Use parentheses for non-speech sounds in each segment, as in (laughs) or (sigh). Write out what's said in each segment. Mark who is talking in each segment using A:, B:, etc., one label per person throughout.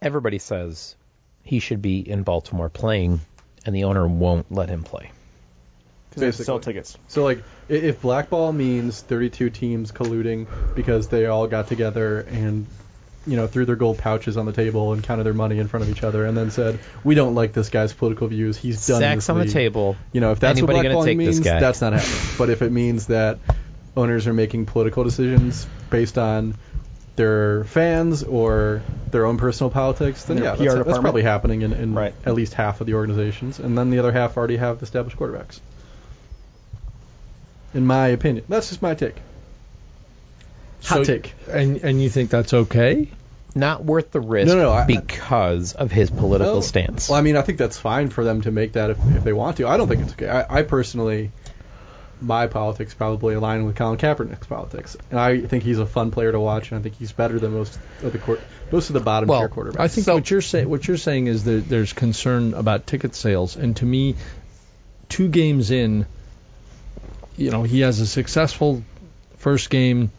A: everybody says he should be in Baltimore playing, and the owner won't let him play.
B: They sell tickets.
C: So like, i- if blackball means 32 teams colluding because they all got together and you know threw their gold pouches on the table and counted their money in front of each other and then said, "We don't like this guy's political views. He's done."
A: Sacks
C: this
A: on the
C: league."
A: table.
C: You know, if that's
A: Anybody
C: what
A: gonna
C: blackballing
A: take this
C: means,
A: guy?
C: that's
A: (laughs)
C: not happening. but if it means that owners are making political decisions based on their fans or their own personal politics, then
B: Their
C: yeah,
B: PR
C: that's, that's
B: department.
C: probably happening in, in
B: Right.
C: at least half of the organizations, and then the other half already have established quarterbacks. In my opinion, that's just my take. Hot
D: So-
C: take.
D: And and you think that's okay?
A: Not worth the risk
C: No, no, I-
A: because of his political
C: Well,
A: stance.
C: Well, I mean, I think that's fine for them to make that if, if they want to. I don't think it's okay. I, I personally, my politics probably align with Colin Kaepernick's politics, and I think he's a fun player to watch, and I think he's better than most of the court, most of the bottom
A: Well,
C: tier quarterbacks.
D: I think what you're saying what you're saying is that there's concern about ticket sales, and to me, two games in, you know, he has a successful first game.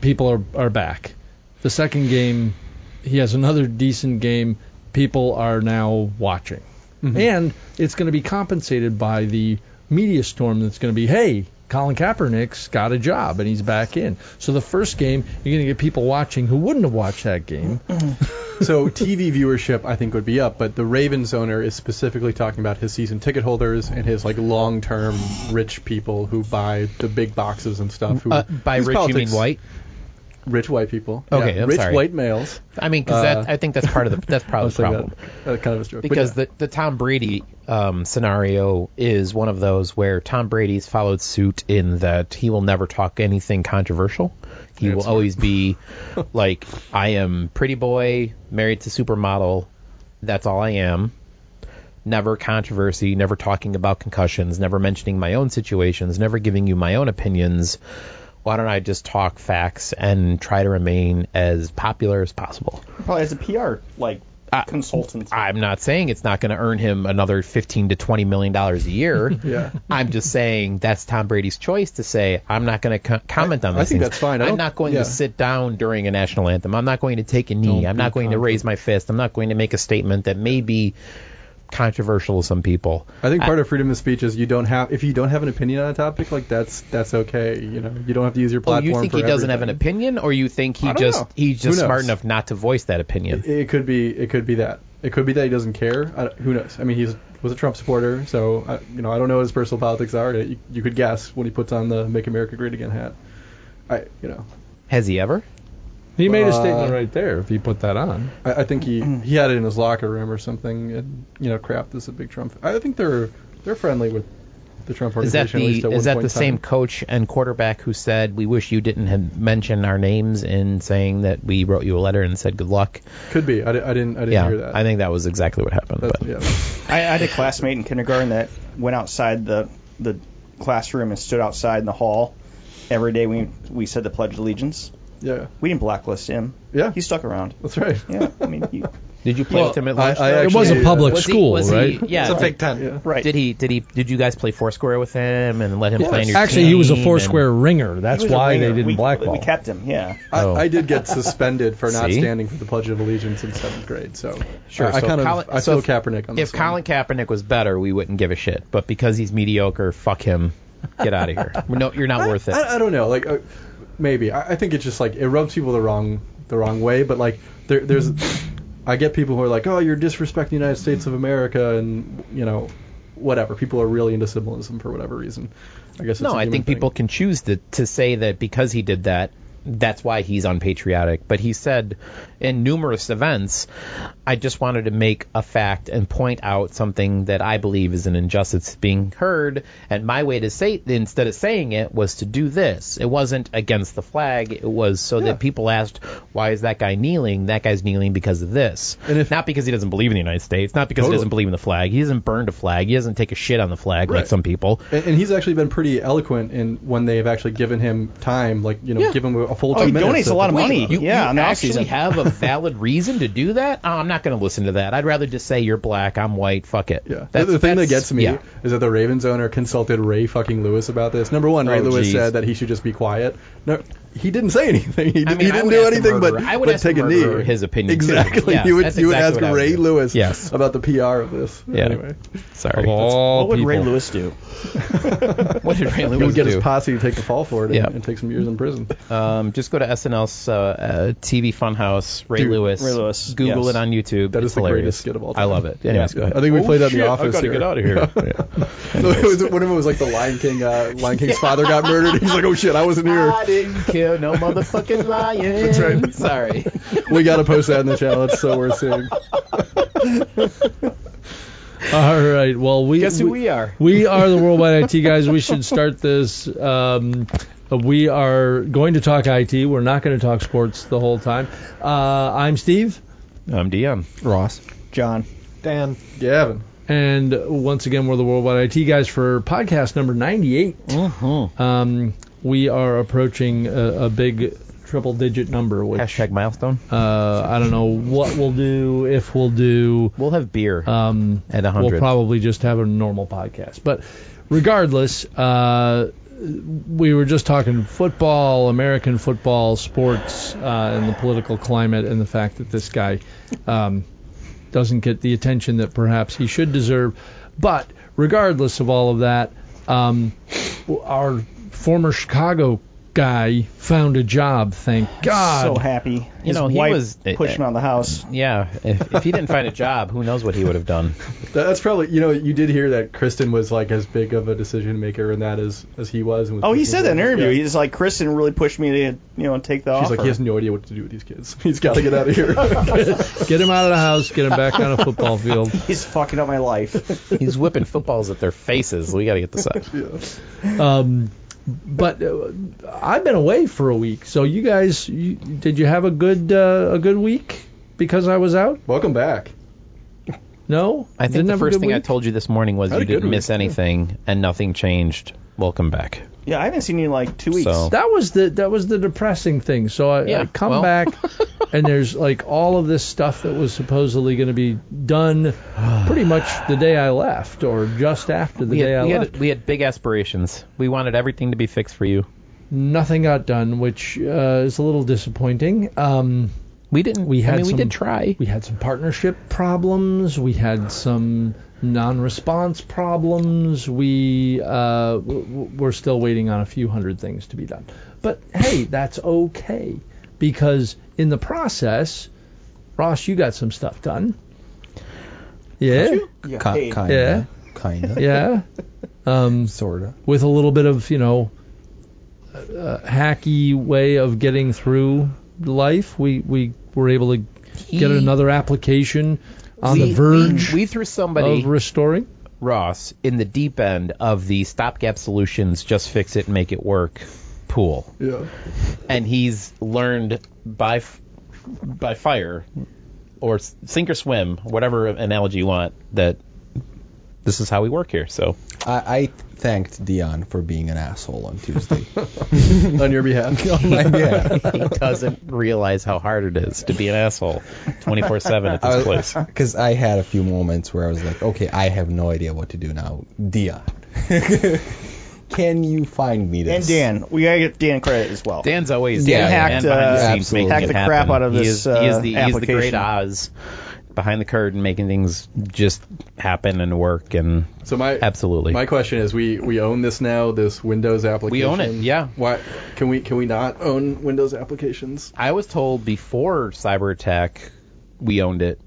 D: People are are back. The second game, he has another decent game. People are now watching,
A: Mm-hmm.
D: and it's going to be compensated by the media storm that's going to be, hey. Colin Kaepernick's got a job and he's back in. So the first game, you're going to get people watching who wouldn't have watched that game.
C: so TV viewership, I think, would be up, but the Ravens owner is specifically talking about his season ticket holders and his like long-term rich people who buy the big boxes and stuff. Who
A: uh, by
C: whose
A: rich, you mean
C: politics-
A: white?
C: Rich white people.
A: Okay,
C: yeah,
A: I'm
C: rich
A: sorry.
C: white males.
A: I mean, because
C: Uh,
A: that I think that's part of the that's
C: I (laughs)
A: probably
C: was
A: the problem.
C: thinking that, uh, kind of a joke. but
A: Because
C: yeah.
A: the the Tom Brady um, scenario is one of those where Tom Brady's followed suit in that he will never talk anything controversial. He will always be like, I am pretty boy, married to supermodel. That's all I am. Never controversy, never talking about concussions, never mentioning my own situations, never giving you my own opinions. Why don't I just talk facts and try to remain as popular as possible? Uh,
B: Probably as a PR like consultant.
A: I'm not saying it's not going to earn him another 15 to 20 million dollars a year.
C: (laughs) Yeah.
A: I'm just saying that's Tom Brady's choice to say I'm not going to co- comment on
C: I
A: this.
C: think that's fine. I
A: I'm
C: don't-
A: not going
C: yeah.
A: to sit down during a national anthem. I'm not going to take a knee. I'm not going to raise my fist. I'm not going to make a statement that may be controversial to some people.
C: I think part of freedom of speech is you don't have if you don't have an opinion on a topic like that's that's okay you know you don't have to use your
A: Oh,
C: platform
A: you think
C: for
A: he doesn't have an
C: everything.
A: opinion, or you think he
C: I don't
A: just
C: know.
A: he's
C: Who
A: just
C: knows?
A: smart enough not to voice that opinion?
C: It could be it could be that it could be that he doesn't care I, don't- who knows I mean he's was a Trump supporter so I, you know I don't know what his personal politics are you, you could guess when he puts on the Make America Great Again hat I you know
A: Has he ever?
D: He made a
C: Uh,
D: statement right there if he put that on.
C: I, I
A: (clears throat)
C: think he he had it in his locker room or something and you know Kraft is a big Trump I think they're they're friendly with the Trump
A: Is that
C: organization at
A: the
C: least at one
A: is that
C: point
A: the
C: in time.
A: same coach and quarterback who said we wish you didn't have mentioned our names in saying that we wrote you a letter and said good luck?
C: could be I, di- I didn't I didn't
A: Yeah,
C: hear that
A: I think that was exactly what happened.
C: That's-
A: but-
C: yeah.
B: I, I had a classmate in kindergarten that went outside the the classroom and stood outside in the hall every day. We we said the Pledge of Allegiance.
C: Yeah,
B: We didn't blacklist him.
C: Yeah.
B: he stuck around.
C: that's right.
B: Yeah, I mean, he,
A: Did you play with him at lunch?
C: I
A: though?
D: It was
C: actually- uh,
D: a public
A: uh, Was he-
D: school,
A: was he-
D: right?
A: yeah. right.
E: Ten.
C: Yeah.
B: right.
A: Did he? Did he? Did you guys play foursquare with him and let him play in your
D: Actually, he was a
A: team
D: four
A: and-
D: square ringer. That's
B: was a
D: why they
B: ringer.
D: didn't
B: we,
D: blackball.
B: We kept him. Yeah.
C: I,
A: Oh.
C: I
A: (laughs)
C: did get suspended for not
A: See?
C: standing for the Pledge of Allegiance in seventh grade, so
A: Sure.
C: I, I
A: so
C: kind
A: Colin-
C: of I
A: so
C: feel Kaepernick on
A: If
C: this.
A: Colin Kaepernick was better, we wouldn't give a shit. But because he's mediocre, fuck him. Get out of here. (laughs) No, you're not worth it.
C: one. I, I don't know, like uh, maybe I, I think it's just like it rubs people the wrong the wrong way, but like there, there's I get people who are like, oh, you're disrespecting the United States of America, and you know, whatever. People are really into symbolism for whatever reason. I guess it's
A: No,
C: a
A: I
C: human
A: think
C: thing.
A: people can choose to, to say that because he did that, that's why he's unpatriotic. But he said in numerous events, I just wanted to make a fact and point out something that I believe is an injustice being heard. And my way to say, instead of saying it, was to do this. It wasn't against the flag. It was so that people asked, why is that guy kneeling? That guy's kneeling because of this.
C: And if-
A: not because he doesn't believe in the United States. Not because
C: Totally.
A: he doesn't believe in the flag. He doesn't burn a flag. He doesn't take a shit on the flag like
C: Right.
A: some people.
C: And, and he's actually been pretty eloquent in when they have actually given him time, like you know, give him a full
B: Oh,
C: two
B: he
C: minutes.
B: donates a
C: at
B: lot
C: the-
B: of money.
A: You,
B: yeah,
A: you
B: on the
A: actually
C: (laughs)
B: offseason.
A: have a valid reason to do that. Oh, I'm not going to listen to that. I'd rather just say you're black, I'm white. Fuck it.
C: Yeah.
A: That's-
C: the thing that
A: that's-
C: gets me
A: yeah.
C: is that the Ravens owner consulted Ray fucking Lewis about this. Number one, Ray
A: Oh,
C: Lewis
A: geez.
C: said that he should just be quiet. No, he didn't say anything. He,
A: I
C: did-
A: mean,
C: he
A: I
C: didn't
A: would
C: do
A: ask the
C: anything but,
A: murderer- I would
C: but
A: ask the
C: take a
A: murderer
C: knee.
A: his opinion, too.
C: Exactly.
A: Yeah,
C: (laughs) you would
A: that's
C: you would
A: exactly
C: ask
A: what I would
C: Ray
A: do.
C: Lewis
A: Yes.
C: about the PR of this.
A: Yeah.
C: Anyway,
A: Sorry.
B: What would Ray Lewis do?
A: What did Ray
C: (laughs) he would
A: Lewis
C: get
A: do?
C: his posse to take the fall for it and,
A: Yeah.
C: and take some years in prison.
A: Um, just go to SNL's uh, uh, TV Funhouse, Ray
C: Dude,
A: Lewis.
B: Ray Lewis,
A: Google
B: yes.
A: it on YouTube.
C: That
A: it's
C: is the
A: hilarious.
C: greatest skit of all time.
A: I love it. Anyways, go ahead.
C: I think we played that in the
A: Oh, shit,
C: office.
A: gotta
C: here.
D: (laughs)
A: here.
C: So it was, one of them was like the Lion King. Uh, Lion King's father got murdered. He's like, oh shit, I wasn't here.
A: I didn't kill
C: (laughs)
A: no motherfucking lion. That's
C: right.
A: Sorry.
C: We gotta post that in the channel. It's so worth seeing.
D: All right. Well, we
A: Guess who we are?
D: We are the Worldwide IT guys. We should start this. Um, we are going to talk IT. We're not going to talk sports the whole time. Uh, I'm Steve,
A: I'm DM.
F: Ross.
B: John.
F: Dan.
C: Gavin.
D: and once again, we're the Worldwide IT guys for podcast number 98.
A: Mm-hmm.
D: Um, we are approaching a, a big triple-digit number, which
A: Hashtag milestone.
D: uh, I don't know what we'll do, if we'll do.
A: We'll have beer
D: Um,
A: at 100.
D: We'll probably just have a normal podcast. But regardless, uh, we were just talking football, American football, sports, uh, and the political climate, and the fact that this guy um, doesn't get the attention that perhaps he should deserve. But regardless of all of that, um, our former Chicago guy found a job. Thank God.
B: (laughs) So happy. His
A: know, he
B: wife
A: was-
B: pushing on the house.
A: yeah, if, if he didn't find a job, who knows what he would have done.
C: That- That's probably you know you did hear that Kristen was like as big of a decision maker in that as as he was. And was
B: Oh, he said that in an interview.
C: Yeah.
B: He's like, Kristen really pushed me to, you know, take the
C: She's
B: offer.
C: like he has no idea what to do with these kids. (laughs) He's got to get out of here.
D: Get him out of the house. Get him back on a football field.
B: He's fucking up my life.
A: He's whipping footballs at their faces. We got to get this up.
D: Um, but uh, I've been away for a week, so you guys, you, did you have a good uh, a good week because I was out?
C: Welcome back.
D: No,
A: I think
D: Didn't
A: the
D: have a
A: first
D: good
A: thing I
D: week?
A: told you this morning was
C: Had
A: you
C: a good
A: didn't
C: week,
A: miss
C: yeah.
A: anything and nothing changed. Welcome back.
B: yeah, I haven't seen you in like two weeks.
A: So-
D: That was the that was the depressing thing. So I,
A: Yeah,
D: I come
A: well. (laughs)
D: back, and there's like all of this stuff that was supposedly going to be done, pretty much the day I left or just after the
A: We
D: day I
A: had, we,
D: left.
A: had, we had big aspirations. We wanted everything to be fixed for you.
D: Nothing got done, which uh, is a little disappointing. Um,
A: We didn't.
D: We
A: I
D: had
A: mean,
D: some-
A: we did try.
D: We had some partnership problems. We had some non-response problems. We uh, w- w- we're still waiting on a few hundred things to be done. But hey, that's okay because in the process, Ross, you got some stuff done. Yeah,
B: Yeah.
F: Ki-
B: hey,
F: kinda.
D: Yeah. (laughs)
F: Kinda.
D: yeah. Um,
F: Sorta.
D: with a little bit of you know uh, hacky way of getting through life, we we were able to get another application on
A: we,
D: the verge
A: We, we threw somebody,
C: (laughs)
D: of restoring.
A: Ross, in the deep end of the stopgap solutions, just fix it, make it work pool.
C: Yeah.
A: and he's learned by f- by fire or s- sink or swim, whatever analogy you want, that this is how we work here. So (laughs)
F: I, I thanked Dion for being an asshole on
A: (laughs)
F: Tuesday.
C: On your behalf.
F: yeah.
A: he doesn't realize how hard it is to be an asshole 24/7 at
B: Uh,
A: this place.
F: Because I had a few moments where I was like, okay, I have no idea what to do now. Dion. (laughs) Can you find me
B: And
F: this?
B: Dan. We got to get Dan credit as well.
A: Dan's always
F: Dan
A: there,
F: hacked,
A: and behind
F: uh,
A: the scenes making
F: absolutely.
A: it
B: hacked the
A: happen.
B: crap out of
A: He is,
B: this,
A: he is the,
B: uh,
A: he's the great
B: application.
A: Oz behind the curtain, making things just happen and work and
C: So my
A: absolutely.
C: my question is we we own this now this Windows application.
A: own it, yeah.
C: Why can we can we not own Windows applications?
A: I was told before cyber attack, we owned it,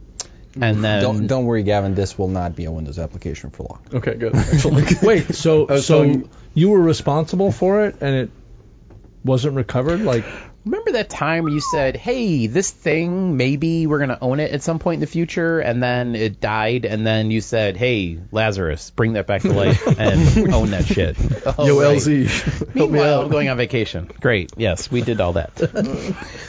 A: and then
F: Don't, don't worry, Gavin. This will not be a Windows application for long.
A: Oh,
C: Okay, good. Excellent.
D: Wait, so
C: Oh I was
D: so
C: telling-
D: you were responsible for it and it wasn't recovered? Like
A: Remember that time you said, "Hey, this thing, maybe we're gonna own it at some point in the future," and then it died, and then you said, "Hey, Lazarus, bring that back to life and own that
C: (laughs)
A: shit." Oh,
C: (laughs) Yo
A: right. (laughs)
C: LZ. help me
A: Meanwhile, I'm
C: out.
A: going on vacation. Great. Yes, we did all
C: (laughs)
A: that.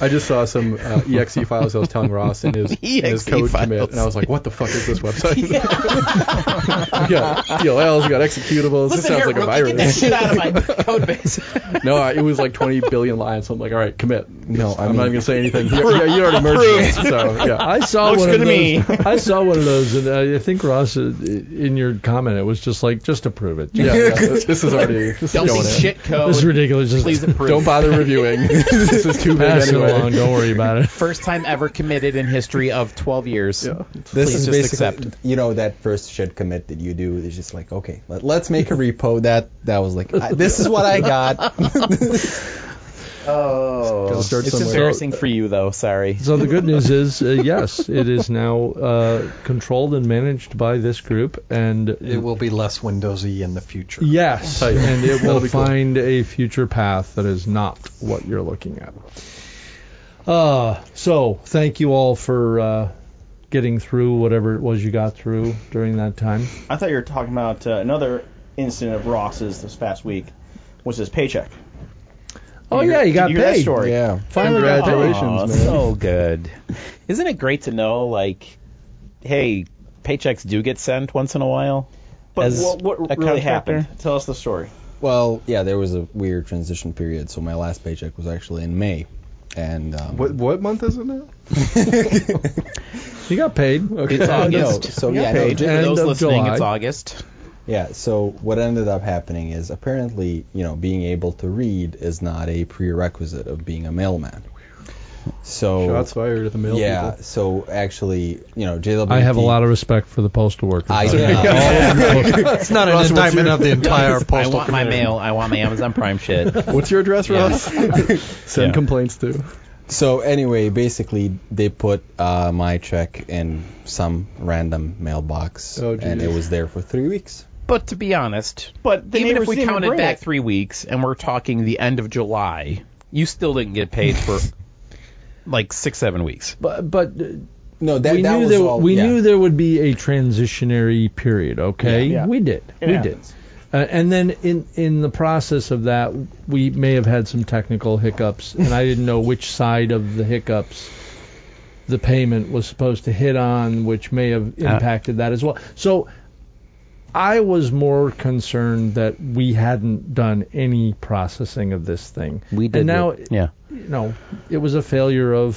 C: I just saw some uh, exe files I was telling Ross in his, in his
A: EXE
C: code commit,
A: files.
C: and I was like, "What the fuck is this website? (laughs) we got E DLLs, we got executables. this sounds like a
A: Rookie, get that
C: virus." (laughs)
A: shit out of my code base.
C: no, I, it was like 20 billion lines. So I'm like, "All right,
D: commit.
F: No, I
D: I'm not even
F: mean-
D: gonna say
F: (laughs)
D: anything. you you already merged it, so yeah. I saw
B: Looks
D: one
B: good
D: of
B: to
D: those. I saw one of those, and I think Ross, uh, in your comment, it was just like just approve it.
C: (laughs) Yeah, yeah, this this is already this is
A: Don't be
C: going in.
A: shit code.
D: This is ridiculous. Just
A: Please approve.
C: Don't bother reviewing. this is too big
D: pass it
C: anyway.
D: along. Don't worry about it.
A: First time ever committed in history of 12 years.
C: Yeah.
F: This
A: Please
F: is
A: just
F: basically,
A: accept.
F: you know, that first shit commit that you do is just like, okay, let, let's make a repo. That that was like, I, this is what I
A: (laughs)
F: got.
A: Oh,
C: Gotta start
A: it's
C: somewhere.
A: embarrassing for you though. Sorry.
D: So the good news is, uh, yes, it is now uh, controlled and managed by this group, and
G: It will be less Windowsy in the future.
D: Yes, and it
C: That'll
D: will
C: be cool.
D: find a future path that is not what you're looking at. Uh, so thank you all for uh, getting through whatever it was you got through during that time.
B: I thought you were talking about uh, another incident of Ross's this past week was his paycheck.
D: Oh
B: you
D: yeah,
B: hear-
D: you got
B: did you
D: paid.
B: hear that story?
F: yeah.
D: Finally, got paid.
C: Congratulations,
A: Aw,
C: man.
A: So good. Isn't it great to know, like, hey, paychecks do get sent once in a while?
B: But
A: As
B: what, what
A: a
B: really
A: contractor?
B: happened? Tell us the story.
F: Well, yeah, there was a weird transition period. So my last paycheck was actually in May, and um,
C: What what month is it now?
D: You got paid.
A: (laughs) It's August.
F: No, so
A: We got
F: yeah, no,
A: paid.
F: ju-
A: For those
D: end of
A: listening,
D: July.
A: it's August.
F: Yeah, so what ended up happening is apparently, you know, being able to read is not a prerequisite of being a mailman. So
C: Shots fired at the mail
F: yeah,
C: people.
F: so actually, you know, JWT
D: I have a lot of respect for the postal workers.
F: I Oh,
D: out (laughs)
F: yeah.
D: there.
G: It's not an indictment of the entire
A: I
G: postal.
A: want my mail. I want my Amazon Prime shit.
C: What's your address, Ross? Send
A: Yeah.
C: complaints to.
F: So anyway, basically they put uh, my check in some random mailbox,
C: Oh,
F: and it
C: geez.
F: was there for three weeks.
A: But to be honest,
B: But they
A: even
B: never
A: if we
B: seem to
A: counted
B: bring
A: back
B: it.
A: three weeks and we're talking the end of July, you still didn't get paid for like six, seven weeks.
D: but but uh,
F: No, that,
D: we
F: that
D: knew
F: was
D: there
F: all.
D: we
F: yeah.
D: knew there would be a transitionary period. Okay,
B: Yeah.
D: we did,
B: It
D: we
B: happens.
D: did, uh, and then in in the process of that, we may have had some technical hiccups, and I didn't know which side of the hiccups the payment was supposed to hit on, which may have impacted that as well. So. I was more concerned that we hadn't done any processing of this thing.
A: We did.
D: And now
A: yeah.
D: you know, it was a failure of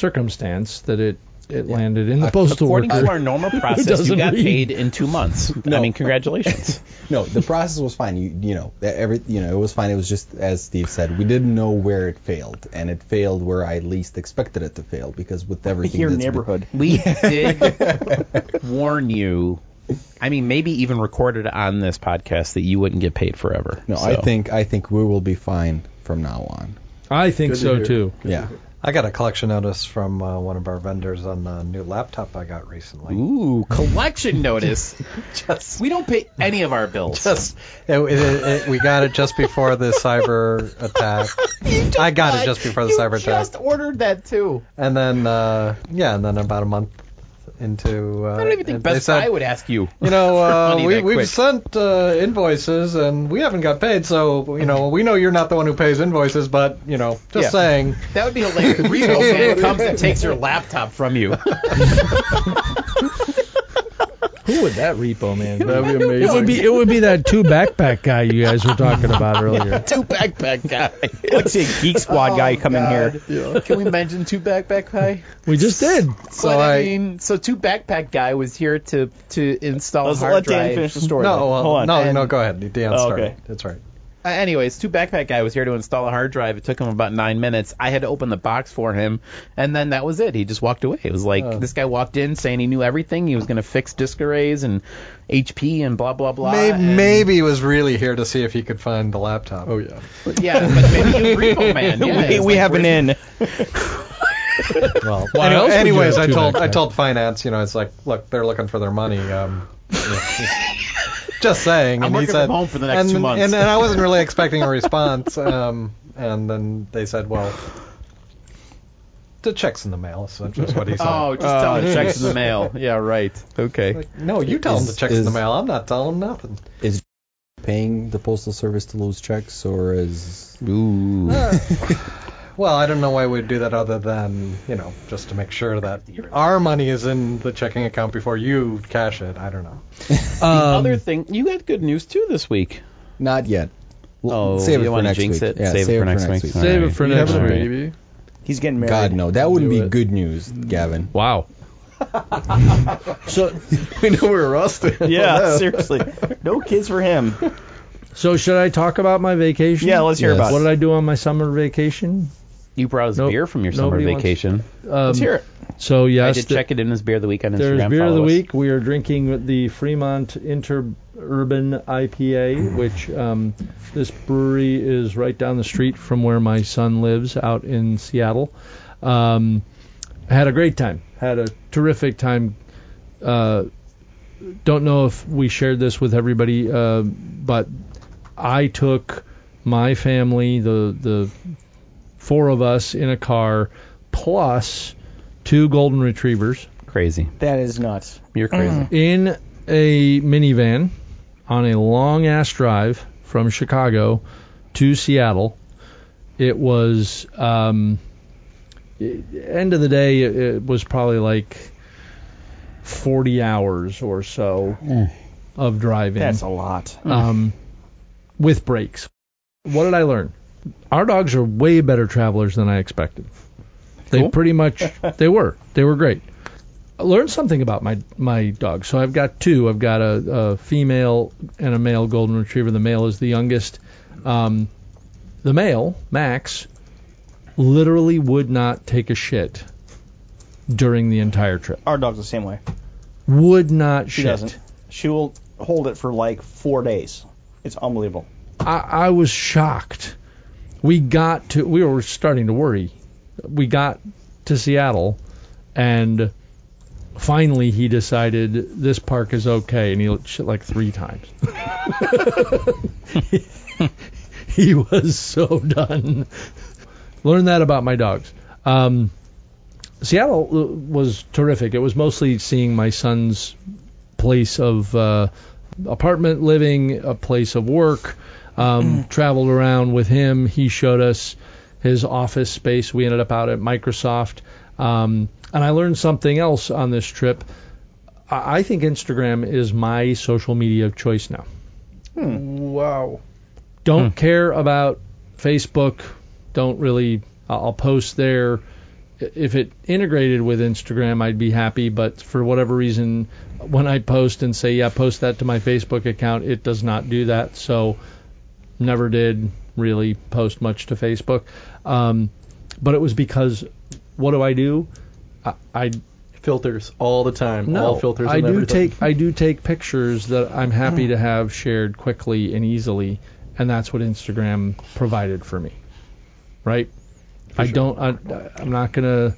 D: circumstance that it it landed in the postal
A: According
D: (laughs) worker.
A: to our normal process, you
D: doesn't
A: got
D: read?
A: paid in two months. I mean, congratulations.
F: No, the process was fine. You you know that every you know it was fine. It was just as Steve said, we didn't know where it failed, and it failed where I least expected it to fail because with everything
B: Your
F: that's been-
B: neighborhood.
A: We did (laughs) warn you. I mean, maybe even recorded on this podcast that you wouldn't get paid forever.
F: no,
A: So,
F: I think I think we will be fine from now on.
D: I think
C: Good to
D: so
C: hear.
D: too.
F: Yeah,
G: I got a collection notice from uh, one of our vendors on the new laptop I got recently.
A: Ooh, (laughs) collection notice.
G: (laughs) Just,
A: We don't pay any of our bills.
G: just it, it, it, we got it just before (laughs) the cyber attack. I got it just before the cyber attack.
A: ordered that too.
G: And then, uh, yeah, and then about a month into,
A: I
G: uh,
A: don't even think
G: they
A: Best
G: said,
A: Buy would ask you.
G: You
A: (laughs)
G: know, uh,
A: money
G: we,
A: that
G: we've
A: quick.
G: sent uh, invoices and we haven't got paid, so you know, we know you're not the one who pays invoices, but you know, just
A: Yeah.
G: saying.
A: That would be hilarious.
G: (laughs)
A: Reno man comes and takes your laptop from you.
D: Who would that repo man? be?
C: That'd be amazing.
D: It would be it would be that two backpack guy you guys were talking about earlier.
A: Two backpack guy.
B: Let's see a Geek Squad
A: Oh,
B: guy come in
A: (laughs)
B: here.
A: Can we mention two backpack guy?
D: We just did.
A: So
G: But I
A: I, mean, so two backpack guy was here to to install
B: Let's
A: hard
B: let
A: drive. uh,
B: Dan finish the story.
G: No,
B: though.
G: well,
B: Hold on.
G: no,
A: And-
G: no. Go ahead. Dan
B: Oh,
G: started.
B: okay.
G: That's right.
A: Uh, anyways, two backpack guy was here to install a hard drive. It took him about nine minutes. I had to open the box for him, and then that was it. He just walked away. It was
D: Oh.
A: like this guy walked in saying he knew everything. He was going to fix disk arrays and HP and blah blah blah.
G: Maybe,
A: and-
G: maybe he was really here to see if he could find the laptop.
C: Oh yeah.
A: yeah, but maybe he was
D: (laughs)
A: repo man. Yeah,
B: (laughs) we
A: it's like,
B: we have an
A: where- (laughs)
B: in.
G: Well,
D: why else would you
G: anyways,
D: have
G: I
D: two
G: told
D: backpacks?
G: I told finance, you know, it's like, look, they're looking for their money. Um, (laughs) just saying.
A: I'm
G: and he
A: working
G: said,
A: from home for the next
G: and,
A: two months.
G: And, and I wasn't
A: (laughs)
G: really expecting a response. Um, and then they said, well, the check's in the mail. So that's just what he said.
A: Oh, just tell him the checks in the mail. Yeah, right. Okay.
G: Like, no, you tell him the
F: Is-
G: check's in the
F: is-
G: mail. I'm not telling him nothing.
F: paying the postal service to lose checks or is
A: Ooh.
G: Well, I don't know why we'd do that other than, you know, just to make sure that our money is in the checking account before you cash it. I don't know.
D: Um,
A: the other thing, you had good news too this week.
F: (laughs) not yet. Well,
H: Oh, you
F: save it for
H: wanna
F: next
H: jinx
F: week.
H: it?
F: Yeah,
H: Save it for next week.
F: All
D: Save
F: right.
D: it for
H: You
D: next
H: have
D: week,
H: it already.
D: maybe.
B: He's getting married.
F: God no, that wouldn't
D: Do
F: be
D: it.
F: good news, Gavin.
D: Wow. so,
C: we know we're rusty.
B: Yeah, seriously. No kids for him.
D: so should I talk about my vacation?
B: Yeah, let's hear
F: Yes.
B: about
D: What
B: it.
D: did I do on my summer vacation?
H: You brought us
D: Nope.
H: beer from your summer
D: Nobody wants-
H: vacation.
D: Um,
B: Let's hear it.
D: So
H: I
D: yes,
H: did
D: the-
H: check it in as beer of the week on Instagram.
D: There's beer of
H: Follow
D: the
H: us.
D: week. We are drinking the Fremont Interurban IPA, which um, this brewery is right down the street from where my son lives out in Seattle. Um, I had a great time. Had a terrific time. Uh, don't know if we shared this with everybody, uh, but I took my family, the the four of us, in a car, plus two golden retrievers
H: Crazy.
B: That is nuts.
H: You're crazy.
D: in a minivan on a long ass drive from Chicago to Seattle. It was um, i- end of the day. It, it was probably like 40 hours or so of driving
B: That's a lot.
A: Mm.
D: um, with breaks. What did I learn? Our dogs are way better travelers than I expected. They pretty much they were they were great. I learned something about my my dogs. So I've got two. I've got a, a female and a male golden retriever. The male is the youngest. Um, the male Max literally would not take a shit during the entire trip.
B: Our dog's the same way.
D: Would not
B: She
D: shit.
B: doesn't. She will hold it for like four days. It's unbelievable.
D: I, I was shocked. We got to, we were starting to worry. We got to Seattle, and finally he decided this park is okay, and he shit like three times. (laughs) he was so done. Learned that about my dogs. Um, Seattle uh, was terrific. It was mostly seeing my son's place of uh, apartment living, a place of work. Um, traveled around with him. He showed us his office space. We ended up out at Microsoft. Um, and I learned something else on this trip. I I think Instagram is my social media of choice now.
C: Wow.
D: Don't care about Facebook. Don't really. I- I'll post there. I- If it integrated with Instagram, I'd be happy. But for whatever reason, when I post and say, "Yeah, post that to my Facebook account," it does not do that. So, never did really post much to Facebook. Um, but it was because what do I do? I, I
C: Filters all the time.
D: no,
C: all filters.
D: I
C: and
D: do
C: everything. Hmm.
D: take I do take pictures that I'm happy to have shared quickly and easily, and that's what Instagram provided for me. Right? I don't. I, I'm not gonna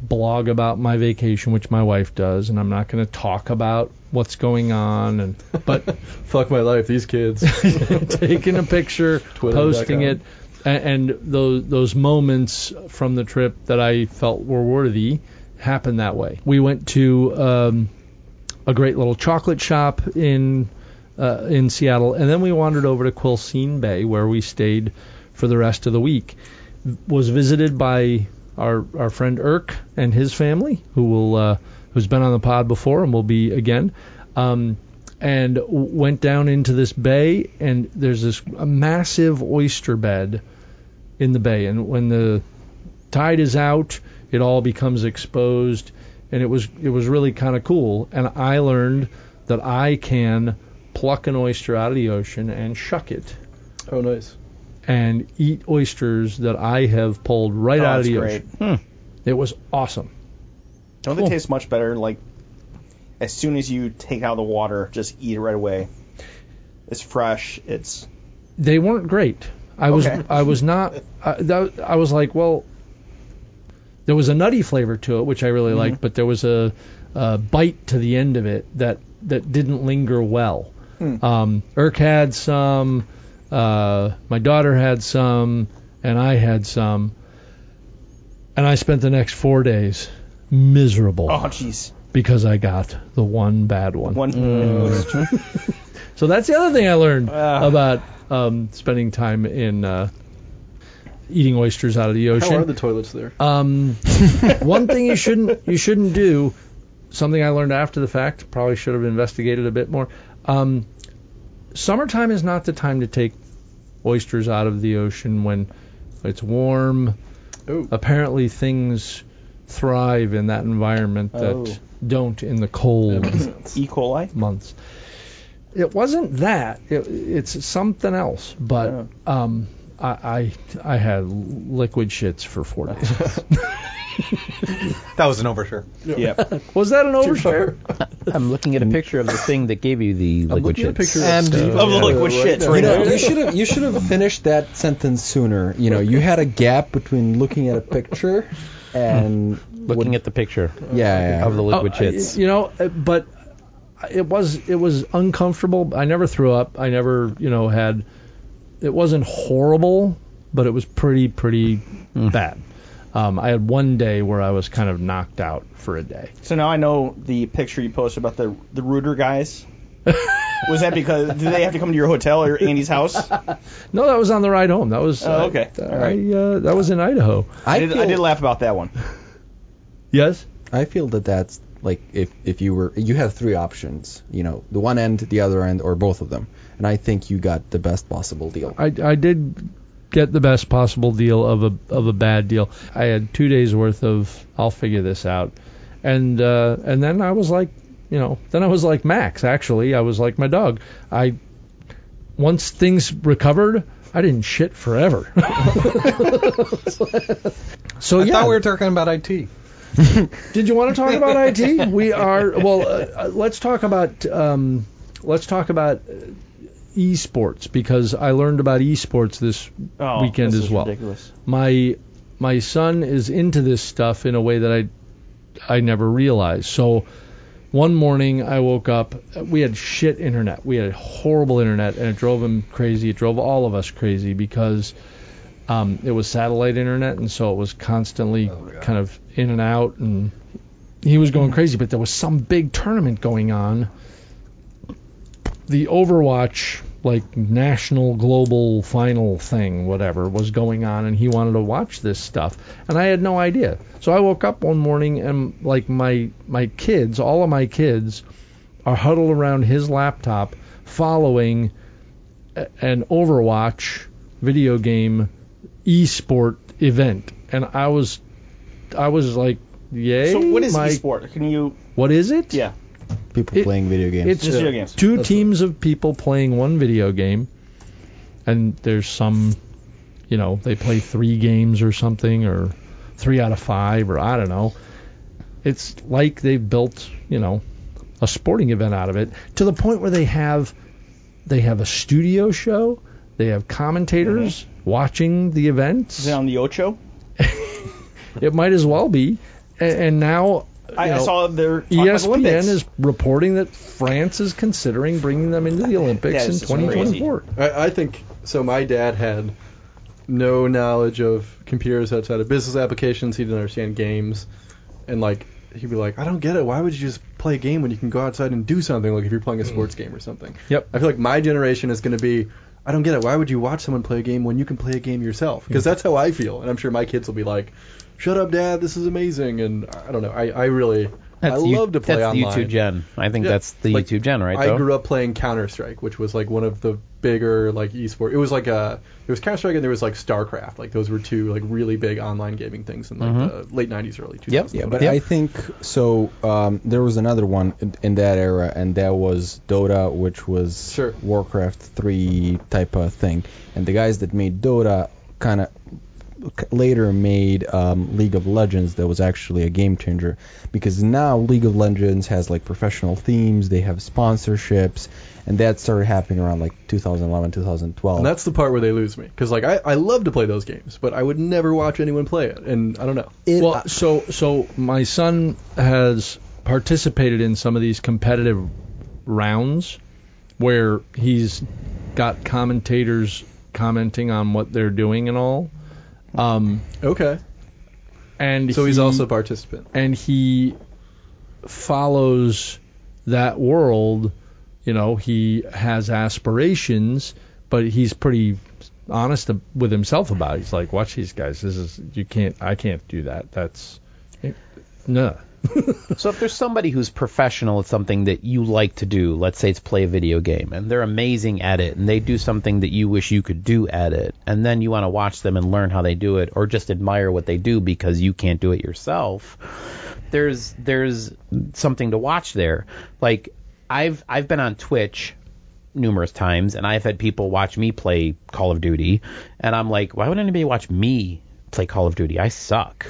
D: blog about my vacation, which my wife does, and I'm not gonna talk about what's going on. And but
C: Fuck my life. These kids.
D: taking a picture, posting it, a- and, and those those moments from the trip that I felt were worthy happened that way. We went to um, a great little chocolate shop in uh, in Seattle, and then we wandered over to Quilcene Bay where we stayed for the rest of the week. Was visited by our our friend Irk and his family, who will uh, who's been on the pod before and will be again. Um, and w- went down into this bay, and there's this a massive oyster bed in the bay, and when the tide is out, it all becomes exposed, and it was it was really kind of cool. And I learned that I can pluck an oyster out of the ocean and shuck it
C: oh, nice.
D: and eat oysters that I have pulled right
B: Oh,
D: out of
B: that's
D: the
B: great.
D: ocean. It was awesome.
B: Don't they taste much better? Like as soon as you take out of the water, just eat it right away. It's fresh. It's
D: they weren't great. I was
B: Okay.
D: I was not I, that, I was like well there was a nutty flavor to it which I
B: Mm-hmm.
D: really liked but there was a, a bite to the end of it that that didn't linger well.
B: Hmm.
D: Um, Irk had some, uh, my daughter had some, and I had some, and I spent the next four days miserable
B: oh jeez.
D: because I got the one bad one.
B: One.
D: So that's the other thing I learned
C: Ah.
D: about um, spending time in uh, eating oysters out of the
C: How are
D: ocean.
C: the toilets there? (laughs)
D: um, one thing you shouldn't you shouldn't do. Something I learned after the fact. Probably should have investigated a bit more. Um, summertime is not the time to take oysters out of the ocean when it's warm.
C: Ooh.
D: Apparently, things thrive in that environment
B: Oh.
D: that don't in the cold
B: E. coli.
D: months. It wasn't that. It, it's something else. But
B: Oh.
D: um, I, I I had liquid shits for four days.
G: That was an overture.
B: Yep.
D: Was that an overshare?
H: I'm looking at a picture of the thing that gave you the liquid
C: Mm. looking at a
H: shits.
C: picture
F: And-
C: of Steve.
B: Of the
C: Yeah.
B: liquid shits
C: there.
B: right
F: You know,
B: now.
F: you should have you should have finished that sentence sooner. You know, you had a gap between looking at a picture and
H: Looking at the picture
F: yeah, yeah.
H: of the liquid
D: Oh,
H: shits.
D: You know, uh, but it was it was uncomfortable. I never threw up. I never, you know, had. It wasn't horrible, but it was pretty pretty
G: Mm.
D: bad. Um, I had one day where I was kind of knocked out for a day.
B: So now I know the picture you posted about the the Rooter
D: (laughs)
B: guys. Was that because did they have to come to your hotel or Andy's house?
D: No, that was on the ride home. That was
B: Oh, okay.
D: I,
B: All right.
D: uh, that was in Idaho.
B: I did, I did laugh about that one.
D: Yes.
F: I feel that that's like if if you were you have three options, you know, the one end, the other end, or both of them, and I think you got the best possible deal.
D: I, I did get the best possible deal of a of a bad deal. I had two days worth of I'll figure this out, and uh, and then I was like, you know, then I was like Max. Actually, I was like my dog. I once things recovered, I didn't shit forever. (laughs) so
G: I
D: yeah,
G: thought we were talking about IT.
D: did you want to talk about IT? We are well. Uh, uh, let's talk about um, let's talk about uh, esports because I learned about esports this
B: Oh,
D: weekend
B: this
D: as
B: is
D: well.
B: ridiculous.
D: My my son is into this stuff in a way that I I never realized. So one morning I woke up. We had shit internet. We had horrible internet, and it drove him crazy. It drove all of us crazy because um, it was satellite internet, and so it was constantly kind of in and out, and he was going crazy. But there was some big tournament going on. The Overwatch like national global final thing whatever was going on and he wanted to watch this stuff and I had no idea. So I woke up one morning and like my my kids, all of my kids are huddled around his laptop following a- an Overwatch video game esport event and I was I was like, "Yay!"
B: So what is
D: my-
B: esport? Can you?
D: What is it?
B: Yeah.
F: People
D: It-
F: playing video games.
D: It's
B: Just
D: uh,
B: video games.
D: two teams of people playing one video game, and there's some, you know, they play three games or something, or three out of five, or I don't know. It's like they've built, you know, a sporting event out of it to the point where they have, they have a studio show, they have commentators
B: Mm-hmm.
D: watching the events.
B: Is it on the Ocho?
D: It might as well be, and, and now.
B: I,
D: you
B: I
D: know,
B: saw their
G: E
D: ESPN
B: Olympics. (laughs)
D: is reporting that France is considering bringing them into the Olympics
B: That
D: in
B: is just crazy.
D: 2024.
C: I, I think so. My dad had no knowledge of computers outside of business applications. He didn't understand games, and like he'd be like, "I don't get it. Why would you just play a game when you can go outside and do something? Like if you're playing a sports game or something."
D: Yep.
C: I feel like my generation is going to be. I don't get it. Why would you watch someone play a game when you can play a game yourself? Because that's how I feel, and I'm sure my kids will be like, "Shut up, Dad. This is amazing." And I I don't know. I, I really I
H: you-
C: love to play
H: that's
C: online.
H: the YouTube gen. I think
C: Yeah,
H: that's the
C: like,
H: YouTube gen, right?
C: I
H: though?
C: grew up playing Counter Strike, which was like one of the bigger like esport. It was like a there was Counter Strike and there was like StarCraft. Like those were two like really big online gaming things in like the late 90s, early 2000s.
F: yeah,
C: But
F: but
C: I-
F: I think so. Um, there was another one in, in that era, and that was Dota, which was
C: Sure.
F: Warcraft 3 type of thing. And the guys that made Dota kind of later made um, League of Legends that was actually a game changer because now League of Legends has like professional themes, they have sponsorships, and that started happening around like 2011, 2012.
C: and that's the part where they lose me because like I, I love to play those games, but I would never watch anyone play it, and I don't know.
F: It-
D: well, so so my son has participated in some of these competitive rounds where he's got commentators commenting on what they're doing and all. Um,
C: Okay,
D: and
C: so he's
D: he-
C: also a participant.
D: and he follows that world. You know, he has aspirations, but he's pretty honest ab- with himself eh, about it. He's like, watch these guys. This is you can't. I can't do that. That's no.
A: So if there's somebody who's professional at something that you like to do, let's say it's play a video game, and they're amazing at it, and they do something that you wish you could do at it, and then you want to watch them and learn how they do it, or just admire what they do because you can't do it yourself, there's there's something to watch there. Like I've I've been on Twitch numerous times, and I've had people watch me play Call of Duty, and I'm like, why would anybody watch me play Call of Duty? I suck.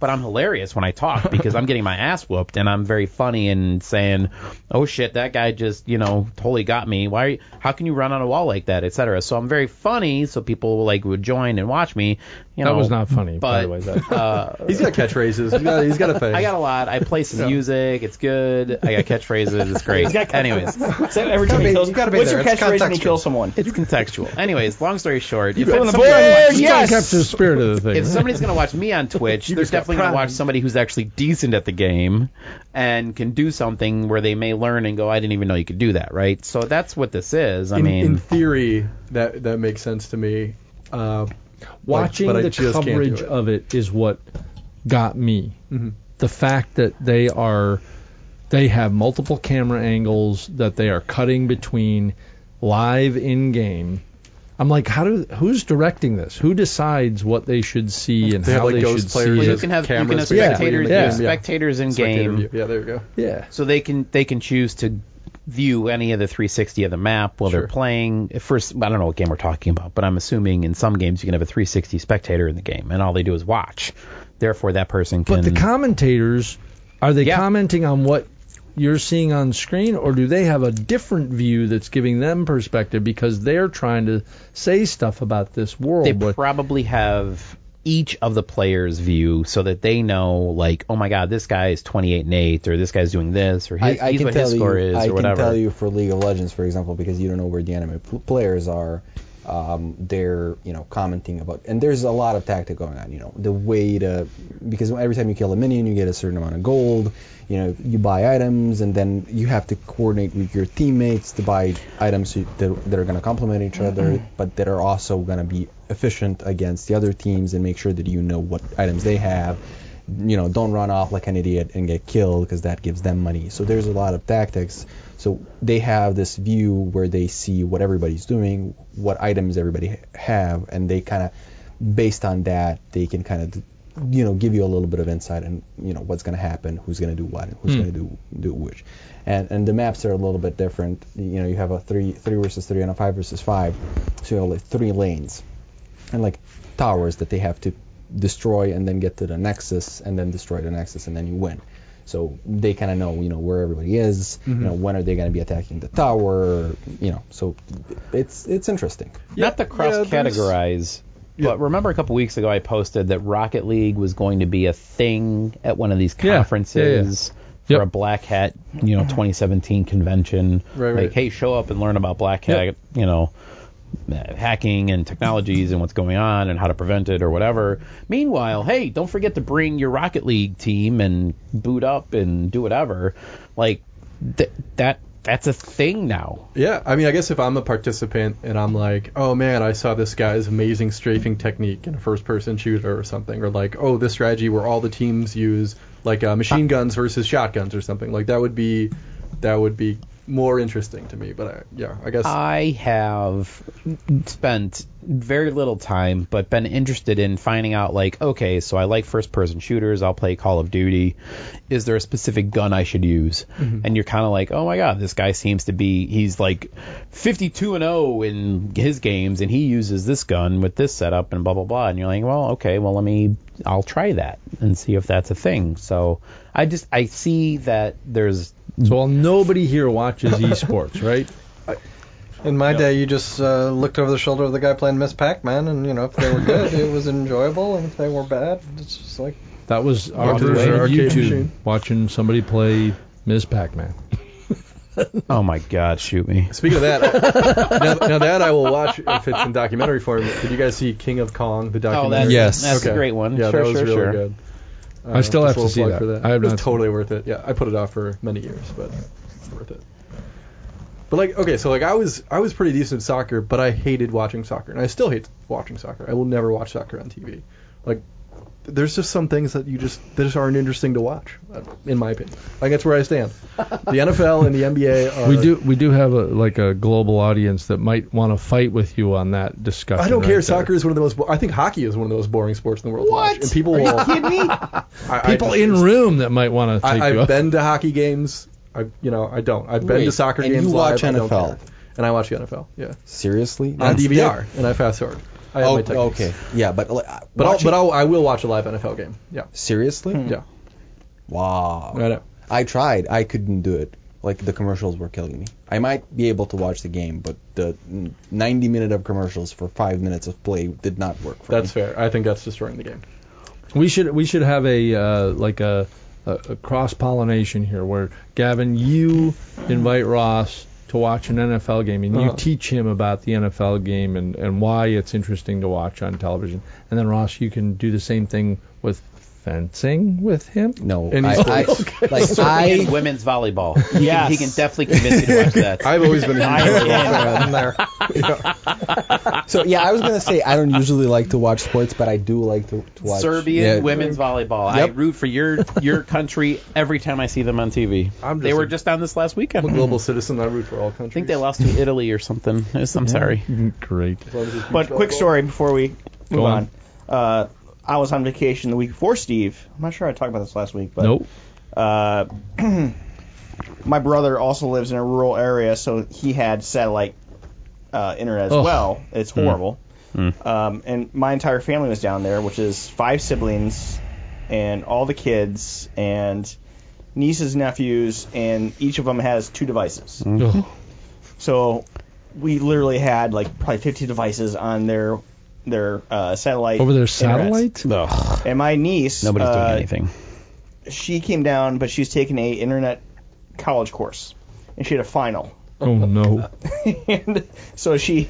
A: But I'm hilarious when I
D: (laughs)
A: talk because I'm getting my ass whooped and I'm very funny and saying, "Oh shit, that guy just you know totally got me. Why? Are you, how can you run on a wall like that, etc." So I'm very funny, so people like would join and watch me. You
D: That
A: know,
D: was not funny,
A: But
D: by the way. That,
A: uh,
C: He's got catchphrases. He's got, he's got a
A: (laughs)
C: thing.
A: I got a lot. I play
D: (laughs)
A: some music. It's good. I got catchphrases. It's great. Anyways,
D: (laughs)
B: So every time he
G: be-
B: kills,
G: you gotta be
B: what's
G: there.
B: your
G: It's
B: catchphrase when he
G: contextual.
B: kills someone?
A: it's contextual. Anyways, long story short, if
B: go on
A: it's
B: the
A: somebody-
D: (laughs)
B: board,
D: You
B: yes!
D: gotta capture the spirit of the thing.
A: if somebody's going to watch
C: (laughs)
A: me on Twitch, they're definitely going to watch somebody who's actually decent at the game and can do something where they may learn and go, I didn't even know you could do that, right? So that's what this is. I
C: in,
A: mean,
C: in theory, that that makes sense to me. Uh,
D: watching
C: but I
D: the
C: just can't do
D: coverage
C: it. Mm-hmm.
D: of it is what got me. The fact that they are they have multiple camera angles that they are cutting between live in game. I'm like, how do who's directing this? Who decides what they should see and
C: They have,
D: how
C: like,
D: they
C: ghost
D: should
C: players
A: well,
D: see
A: you
D: it?
C: as
A: can have, you
C: cameras
A: can have
C: basically in
A: spectators,
C: the
D: game,
A: you have
D: yeah.
A: spectators in
C: spectator
A: game.
C: view. Yeah, there you go.
D: Yeah.
A: So they can they can choose to view any of the 360 of the map while they're playing. At First, I don't know what game we're talking about, but I'm assuming in some games you can have a 360 spectator in the game, and all they do is watch. Therefore, that person can.
D: But the commentators are they
A: Yeah.
D: commenting on what you're seeing on screen or do they have a different view that's giving them perspective because they're trying to say stuff about this world
A: they
D: what-
A: probably have each of the players' view so that they know, like, oh my god, this guy is 28 and 8, or this guy's doing this, or
F: I,
A: his,
F: I
A: he's
F: can
A: what his
F: tell you.
A: score is,
F: I
A: or whatever.
F: can tell you for League of Legends, for example, because you don't know where the enemy pl- players are. Um, they're you know commenting about, and there's a lot of tactic going on. You know the way to because every time you kill a minion, you get a certain amount of gold. You know you buy items, and then you have to coordinate with your teammates to buy items you- that, that are going to complement each other,
A: Mm-hmm.
F: but that are also going to be efficient against the other teams, and make sure that you know what items they have you know, don't run off like an idiot and get killed because that gives them money. So there's a lot of tactics. So they have this view where they see what everybody's doing, what items everybody ha- have, and they kind of, based on that, they can kind of, you know, give you a little bit of insight and you know what's going to happen, who's going to do what, and who's going to do do which, and and the maps are a little bit different. You know, you have a three three versus three and a five versus five, so you have like three lanes and like towers that they have to destroy and then get to the nexus and then destroy the nexus and then you win. So they kind of know, you know, where everybody is, you know, when are they going to be attacking the tower, you know. So it's it's interesting.
A: Not to cross categorize, but remember a couple weeks ago I posted that Rocket League was going to be a thing at one of these
D: Yeah, yeah, yeah.
A: conferences for
D: Yep.
A: a Black Hat, you know, 2017 convention.
C: Right, right.
A: Like, hey, show up and learn about Black Hat,
D: Yep.
A: you know, uh, hacking and technologies and what's going on and how to prevent it or whatever. Meanwhile, hey, don't forget to bring your Rocket League team and boot up and do whatever. Like th- that that's a thing now.
C: Yeah, I mean, I guess if I'm a participant and I'm like, oh man, I saw this guy's amazing strafing technique in a first-person shooter or something, or like, oh, this strategy where all the teams use like uh, machine guns versus shotguns or something, like that would be, that would be more interesting to me. But I, yeah, I guess
A: I have spent very little time, but been interested in finding out, like, okay, so I like first person shooters. I'll play Call of Duty. Is there a specific gun I should use? And you're kind of like, oh my God, this guy seems to be, he's like 52 and 0 in his games, and he uses this gun with this setup and blah, blah, blah. And you're like, well, okay, well, let me, I'll try that and see if that's a thing. So I just, I see that there's,
D: So while nobody here watches esports, right?
G: In my day, you just uh, looked over the shoulder of the guy playing Miss Pac-Man, and you know if they were good, it was enjoyable, and if they were bad, it's just like
D: That was our
C: to the
D: version of
C: arcade
D: YouTube
C: machine.
D: watching somebody play Ms. Pac-Man.
A: oh my God, shoot me.
C: Speaking of that, I- now, now that I will watch if it's in documentary form. Did you guys see King of Kong, the
A: Oh, that's,
C: documentary?
F: Yes.
A: that's a
C: Okay.
A: great one.
C: Yeah,
A: sure,
C: that was
A: sure,
C: really
A: sure.
C: good.
D: I still
C: Uh,
D: have
C: just a
D: to see
C: little plug
D: that.
C: For that.
D: I have
C: it was
D: not seen
C: totally worth it. Yeah, I put it off for many years, but it's worth it. But like, okay, so like I was I was pretty decent at soccer, but I hated watching soccer, and I still hate watching soccer. I will never watch soccer on TV. Like, there's just some things that you just that just aren't interesting to watch, uh, in my opinion. Like that's where I stand. The
A: (laughs)
C: NFL and the NBA are.
D: We do we do have a like a global audience that might want to fight with you on that discussion.
C: I don't
D: right
C: care.
D: there.
C: Soccer is one of the most. bo- I think hockey is one of the most boring sports in the world to watch.
A: What?
C: And people
A: Are you
C: will.
A: kidding me?
C: I- I
D: People
C: just-
D: in room that might want to take
C: I,
D: you
C: I've
D: up.
C: been to hockey games. I you know I don't. I've been
F: Wait,
C: to soccer
F: and
C: games.
F: you watch
C: live, I don't
F: NFL?
C: care. And I watch the NFL. Yeah.
F: Seriously?
C: On
F: That's
C: DVR,
F: it?
C: and I fast forward. I have
F: Oh,
C: my techniques.
F: okay. Yeah, but like, uh,
C: But I'll,
F: watching-
C: but I'll, I will watch a live NFL game. Yeah.
F: seriously?
C: Yeah.
F: Wow.
C: I know.
F: I tried. I couldn't do it. Like the commercials were killing me. I might be able to watch the game, but the mm, 90 minute of commercials for five minutes of play did not work for
C: That's
F: me.
C: fair. I think that's destroying the game.
D: We should we should have a uh, like a, a, a cross pollination here where Gavin, you invite Ross to watch an NFL game and you
C: Uh-huh.
D: teach him about the NFL game and, and why it's interesting to watch on television. And then Ross, you can do the same thing with fencing with him.
F: No,
C: Any
F: I,
C: sport.
F: I, like
A: I,
F: (laughs) I,
A: women's volleyball. He
B: Yes.
A: can, he can definitely convince you to watch that.
C: I've always been.
B: I am in.
G: I'm there.
F: so (laughs) yeah, I was gonna say I don't usually like to watch sports, but I do like to, to watch
A: Serbian
F: yeah.
A: women's volleyball. I
F: Yep.
A: root for your your country every time I see them on TV.
C: I'm just
A: they were
C: a-
A: just on this last weekend.
C: I'm a
A: I
C: global citizen. I root for all countries.
A: think they lost to Italy or something. I'm sorry.
D: Great.
B: (laughs) But quick story before we move
D: Go
B: on. Uh, I was on vacation the week before Steve. I'm not sure I talked about this last week, but
D: Nope.
B: uh, (clears throat) my brother also lives in a rural area, so he had satellite uh, internet as
D: Ugh. Hmm.
B: well. It's horrible. Um, and my entire family was down there, which is five siblings and all the kids and nieces, nephews, and each of them has two devices.
D: Ugh.
B: So we literally had like probably 50 devices on their their uh, satellite
D: Over their
B: internet.
D: satellite?
A: Ugh,
B: And my niece,
A: nobody's
B: uh,
A: doing anything.
B: She came down, but she's taking a internet college course, and she had a final. (laughs)
D: Oh no.
B: and so she,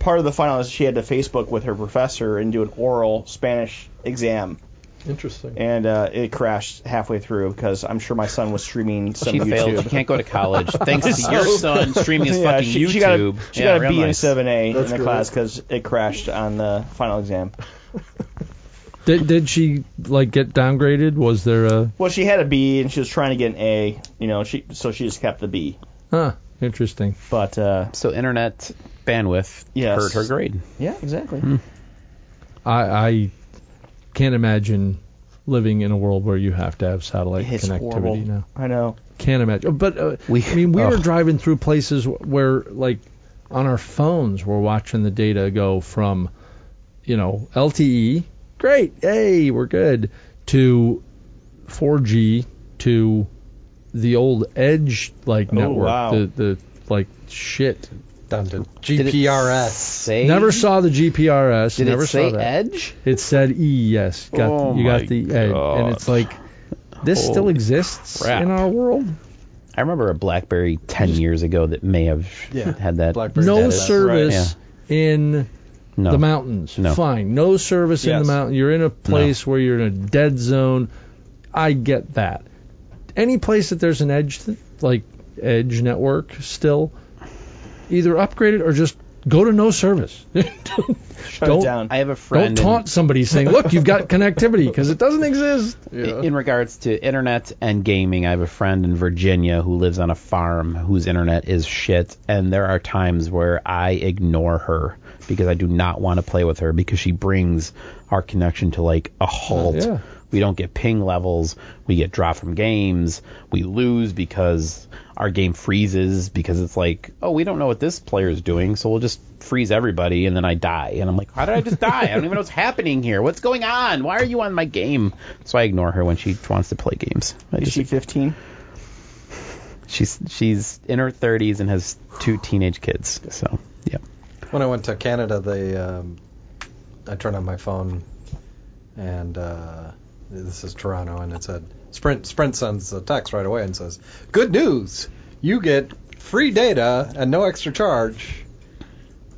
B: part of the final is she had to Facebook with her professor and do an oral Spanish exam,
C: Interesting.
B: and uh, it crashed halfway through because I'm sure my son was streaming some
A: She
B: YouTube.
A: failed. She can't go to
B: (laughs)
A: college thanks to your son streaming his
B: Yeah,
A: fucking
B: she,
A: YouTube.
B: she got a, she
A: Yeah,
B: got a
A: real
B: B and a
A: nice.
B: 7A in
C: That's
B: the
C: great.
B: class because it crashed on the final exam.
D: Did, did she like get downgraded? Was there a
B: Well, she had a B and she was trying to get an A, you know, she so she just kept the B.
D: huh? Interesting.
B: But uh,
A: So internet bandwidth
B: Yes.
A: hurt her grade.
B: yeah, exactly.
A: Hmm.
D: I, I can't imagine living in a world where you have to have satellite
B: It's
D: connectivity
B: horrible.
D: now.
B: I know.
D: Can't imagine. But uh, we, I mean, we were driving through places where, like, on our phones, we're watching the data go from, you know, LTE, great, hey, we're good, to 4G to the old edge like network,
B: wow.
D: the the like shit.
G: Down to
A: Did it
G: GPRS.
A: Say,
D: Never saw the GPRS.
A: Did
D: never
A: it say
D: saw that.
A: Edge?
D: It said E, yes. Got,
A: Oh
D: you
A: my
D: got the egg.
A: God.
D: And it's like, this still
A: Holy
D: exists
A: crap.
D: in our world?
A: I remember a BlackBerry 10 years ago that may have
C: Yeah.
A: had that.
C: BlackBerry
D: No
A: that-
D: service in
A: No.
D: the mountains.
A: No.
D: Fine. No service in
B: Yes.
D: the mountain. You're in a place where you're in a dead zone. I get that. Any place that there's an edge, th- like edge network still, either upgrade it or just go to no service. don't
B: Shut
D: Don't-
B: it down.
A: I have a friend.
D: don't
A: in-
D: taunt somebody saying, look,
A: (laughs)
D: you've got connectivity because it doesn't exist.
C: Yeah.
A: In regards to internet and gaming, I have a friend in Virginia who lives on a farm whose internet is shit, and there are times where I ignore her because I do not want to play with her because she brings our connection to like a halt.
D: Yeah.
A: We don't get ping levels, we get dropped from games, we lose because our game freezes because it's like, oh, we don't know what this player is doing, so we'll just freeze everybody and then I die. And I'm like, how did I just die? I don't even know what's happening here. What's going on? Why are you on my game? So I ignore her when she wants to play games. I
B: Is
A: just,
B: she 15?
A: she's she's in her 30s and has two teenage kids. So, yeah.
G: When I went to Canada, they um, I turned on my phone, and uh, this is Toronto, and it said Sprint Sprint sends a text right away and says, "Good news, you get free data and no extra charge."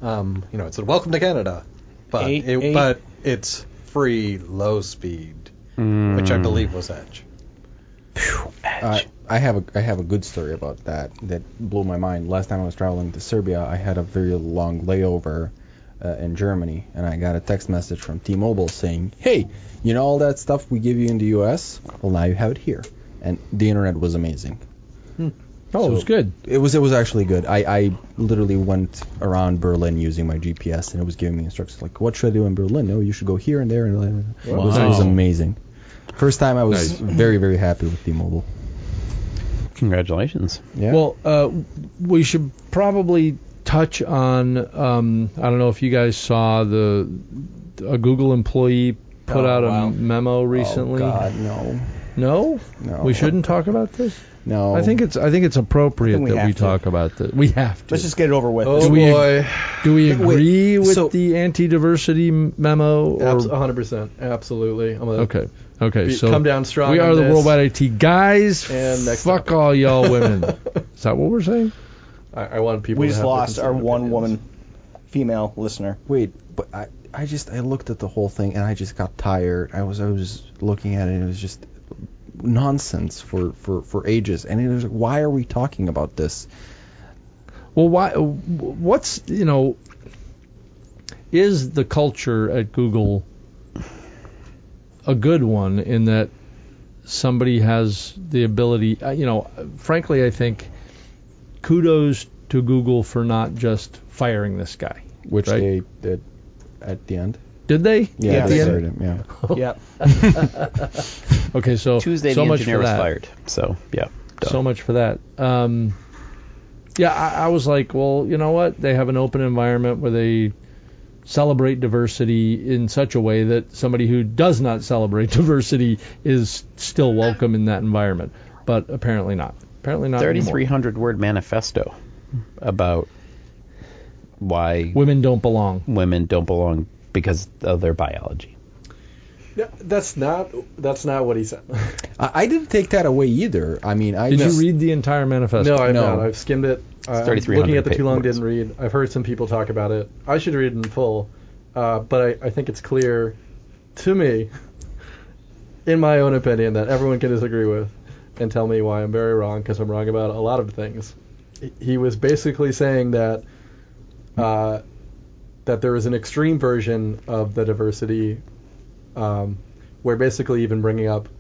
G: Um, you know, it said, "Welcome to Canada," but
B: Eight-
G: it,
B: eight-
G: but it's free low speed, which I believe was Edge.
F: Uh, I have a I have a good story about that that blew my mind. Last time I was traveling to Serbia, I had a very long layover uh, in Germany, and I got a text message from T-Mobile saying, "Hey, you know all that stuff we give you in the U.S. Well, now you have it here." And the internet was amazing.
D: Oh, it was good.
F: It was it was actually good. I, I literally went around Berlin using my GPS, and it was giving me instructions like, "What should I do in Berlin? No, you should go here and there." And it, was, it was
H: Wow.
F: amazing. First time I was very very happy with T-Mobile.
A: Congratulations.
F: Yeah.
D: Well, uh, we should probably touch on. Um, I don't know if you guys saw the a Google employee put
F: Oh,
D: out a
F: wow.
D: memo recently.
F: Oh God, no,
D: No,
F: no. Oh.
D: we shouldn't talk about this.
F: No.
D: I think it's I think it's appropriate
B: I think we
D: that we
B: have to.
D: talk about this. We have to.
B: Let's just get it over with.
C: Oh
D: Do we-
C: boy.
D: Do we agree with
F: so-
D: the anti-diversity m- memo? Or,
C: Abs-
G: uh,
C: 100%. Absolutely. I'm gonna
D: Okay. Okay.
C: be-
D: so
C: come down strong.
D: we
C: on
D: are the
C: this.
D: worldwide IT guys.
C: And next
D: fuck
C: topic.
D: all y'all women. Is that what we're saying?
C: I, I want people.
B: we
C: to
B: just
C: have their
B: lost our
C: considered
B: one
C: opinions.
B: woman female listener.
F: Wait, but I, I just I looked at the whole thing and I just got tired. I was I was looking at it and it was just nonsense for for for ages. And it was like, why are we talking about this?
D: Well, why? What's you know? Is the culture at Google a good one in that somebody has the ability? uh, You know, frankly, I think kudos to Google for not just firing this guy.
F: Which
D: Right.
F: they did at the end.
D: Did they?
B: Yeah,
F: they
B: they
F: started him. Yeah.
B: yep.
D: Okay, so
A: Tuesday,
D: so
A: the
D: much
A: engineer
D: for
A: was
D: that.
A: fired. So, yeah. done.
D: So much for that. Um, yeah, I, I was like, well, you know what? They have an open environment where they celebrate diversity in such a way that somebody who does not celebrate (laughs) diversity is still welcome in that environment. But apparently not. Apparently not. anymore.
A: 3,300 word manifesto about why
D: women don't belong.
C: Mm.
A: women don't belong because of their biology.
C: Yeah, that's not that's not what he said.
F: I, I didn't take that away either. I mean, I
D: Did
F: just,
D: you read the entire manifesto?
C: no, I've
F: No.
C: not. I've skimmed it. Uh, I'm
A: 3,300
C: looking at the
A: pa-
C: too long
A: words.
C: didn't read. I've heard some people talk about it. I should read it in full, uh, but I, I think it's clear to me, in my own opinion, that everyone can disagree with and tell me why I'm very wrong because I'm wrong about a lot of things. He- He was basically saying that uh, that there is an extreme version of the diversity um, where basically even bringing up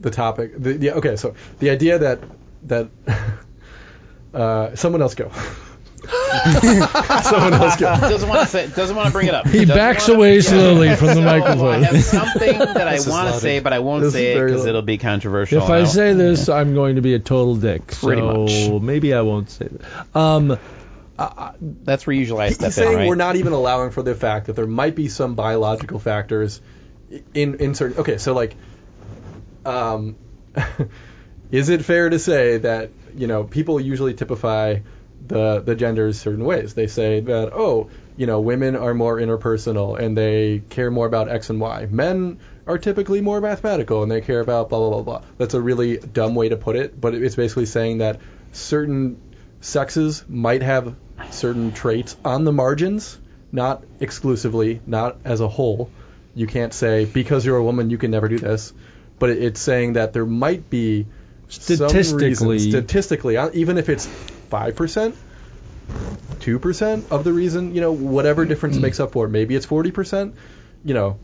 C: the topic. The, the, okay, so the idea that that (laughs) uh, someone else go. (laughs) someone else go.
A: (laughs) Doesn't want to say. Doesn't want to bring it up.
D: He backs away slowly from the microphone. (laughs)
A: something that I want to say, but I won't
C: This is
A: say it
C: very
A: because
C: loud.
A: it'll be controversial.
D: If
A: and
D: I
A: don't-
D: say this, I'm going to be a total dick.
A: Pretty
D: so
A: much.
D: maybe I won't say that. Um,
A: that's where usually I step
C: He's
A: in,
C: saying
A: right?
C: we're not even allowing for the fact that there might be some biological factors in in certain. Okay, so like, um, (laughs) is it fair to say that you know people usually typify the the genders certain ways? They say that oh, you know, women are more interpersonal and they care more about X and Y. Men are typically more mathematical and they care about blah blah blah blah. That's a really dumb way to put it, but it's basically saying that certain sexes might have certain traits on the margins, not exclusively, not as a whole. You can't say because you're a woman you can never do this, but it- it's saying that there might be some reason-
D: Statistically-
C: statistically, uh, even if it's five percent, two percent of the reason, you know, whatever difference makes up for. it. Maybe it's forty percent, you know,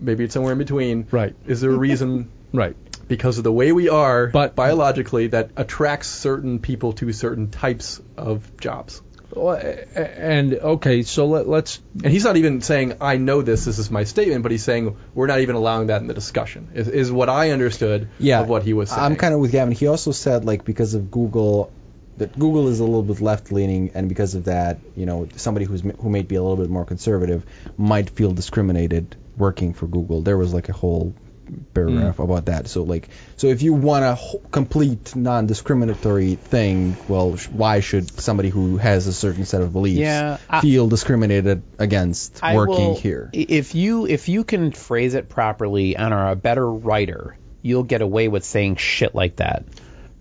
C: maybe it's somewhere in between.
D: Right.
C: Is there a reason?
D: right.
C: because of the way we are
D: But-
C: biologically that attracts certain people to certain types of jobs.
D: Well, a- a- and okay, so let, let's
C: And he's not even saying I know this. This is my statement, but he's saying we're not even allowing that in the discussion. Is, is what I understood
F: yeah,
C: of what he was saying.
F: I'm kind of with Gavin. He also said like because of Google, that Google is a little bit left leaning, and because of that, you know, somebody who's who may be a little bit more conservative might feel discriminated working for Google. There was like a whole
C: Hmm.
F: paragraph about that. So like, so if you want a wh- complete non-discriminatory thing, well, sh- why should somebody who has a certain set of beliefs
A: Yeah, I-
F: feel discriminated against
A: I
F: working
A: will- e-
F: here?
A: i- If you if you can phrase it properly and are a better writer, you'll get away with saying shit like that.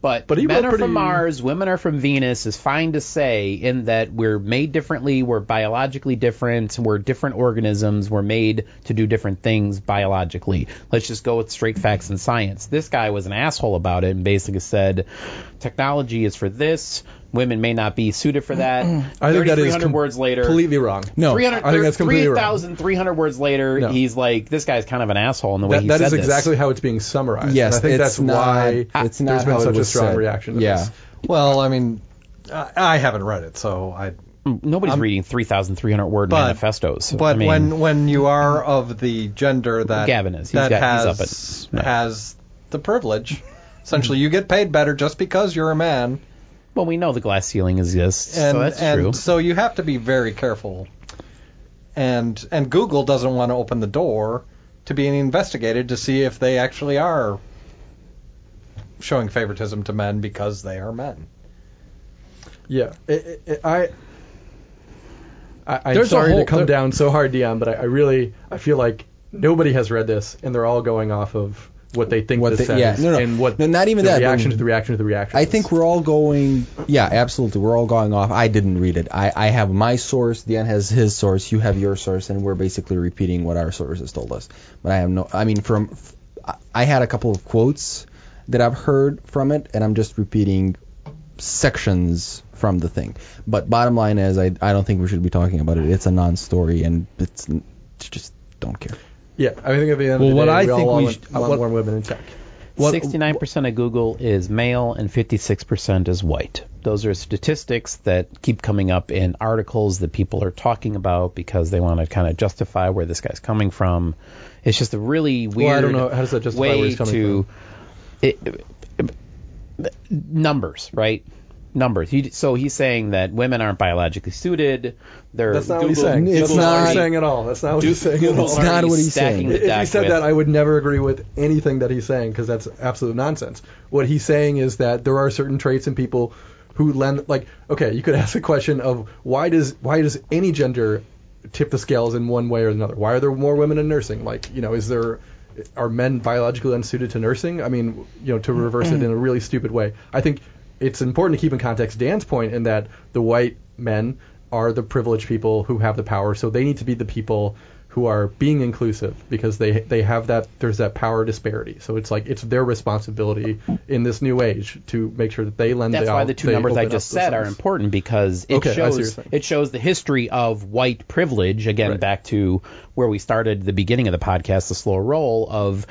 A: But,
C: But he
A: men
C: wrote
A: are
C: pretty-
A: from Mars, women are from Venus is fine to say in that we're made differently, we're biologically different, we're different organisms, we're made to do different things biologically. Let's just go with straight facts and science. This guy was an asshole about it and basically said technology is for this, Women may not be suited for that.
C: (clears throat) I think that is
A: 300 words later.
C: completely wrong.
F: No,
A: 300,
C: Oh, I think that's completely wrong.
A: 3,300 words later,
C: No.
A: he's like, this guy's kind of an asshole in the way
C: That,
A: he
C: that
A: said
C: is
A: this.
C: exactly how it's being summarized. and
F: Yes,
C: I think
F: it's
C: that's
F: not-
C: why
F: it's not
C: there's been
F: how it
C: such a
F: was
C: strong
F: said.
C: reaction to
F: Yeah.
C: this.
G: Well, I mean, I, I haven't read it, so I.
A: Hmm, Nobody's reading 3,300 word
G: But-
A: manifestos.
G: But
A: I mean,
G: when when you are of the gender that
A: Gavin is. He's
G: that
A: got- he's
G: has
A: up at- right.
G: has the privilege, essentially you get paid better just because you're a man,
A: Well, we know the glass ceiling exists,
G: and
A: so that's
G: and
A: true.
G: so you have to be very careful. And and Google doesn't want to open the door to being investigated to see if they actually are showing favoritism to men because they are men.
C: Yeah, it, it, I. I, I'm
D: There's a
C: sorry
D: whole-
C: to come
D: there-
C: down so hard, Dion, but I, I really I feel like nobody has read this, and they're all going off of what they think
F: What
C: this
F: they-
C: says,
F: yeah, no, no.
C: and what
F: No, not even
C: the
F: that, but-
C: reaction to the reaction to the reaction.
F: I
C: is.
F: think we're all going. Yeah, absolutely. We're all going off. I didn't read it. I, I have my source. Dan has his source. You have your source, and we're basically repeating what our sources told us. But I have no. I mean, from I- I had a couple of quotes that I've heard from it, and I'm just repeating sections from the thing. But bottom line is, I I don't think we should be talking about it. It's a non-story, and it's, n- just don't care.
C: Yeah, I think at the end of
D: Well,
C: the
D: what
C: day,
D: I
C: we all
D: think we
C: want-
D: should-
C: want
D: what-
C: more women in tech.
D: What-
A: 69% of Google is male and 56% is white. Those are statistics that keep coming up in articles that people are talking about because they want to kind of justify where this guy's coming from. It's just a really weird
C: Well, I don't know. How does that justify
A: way
C: where he's coming
A: to
C: from?
A: it, it- numbers, right? Numbers. He, so he's saying that women aren't biologically suited. They're
C: That's not
A: Google,
C: what he's saying.
F: It's
C: That's
A: Google's
F: not-
C: what he's
A: already-
C: saying at all. That's not what he's saying at all.
A: Google's
F: not
A: already
F: what he's
A: stacking
F: saying.
A: the
C: if he
A: deck
C: said
A: with-
C: that, I would never agree with anything that he's saying because that's absolute nonsense. What he's saying is that there are certain traits in people who lend like okay, you could (laughs) ask a question of why does why does any gender tip the scales in one way or another? Why are there more women in nursing? Like you know, is there are men biologically unsuited to nursing? I mean, you know, to reverse it in a really stupid way. I think it's important to keep in context Dan's point in that the white men are the privileged people who have the power, so they need to be the people who are being inclusive because they they have that there's that power disparity. So it's like it's their responsibility in this new age to make sure that they lend.
A: That's
C: the,
A: why the two
C: they
A: numbers I
C: open
A: just
C: up
A: said are
C: themselves.
A: important because it
C: Okay, I see what you're
A: shows
C: saying.
A: it shows the history of white privilege. Again, back to where we started the beginning of the podcast, the slow roll of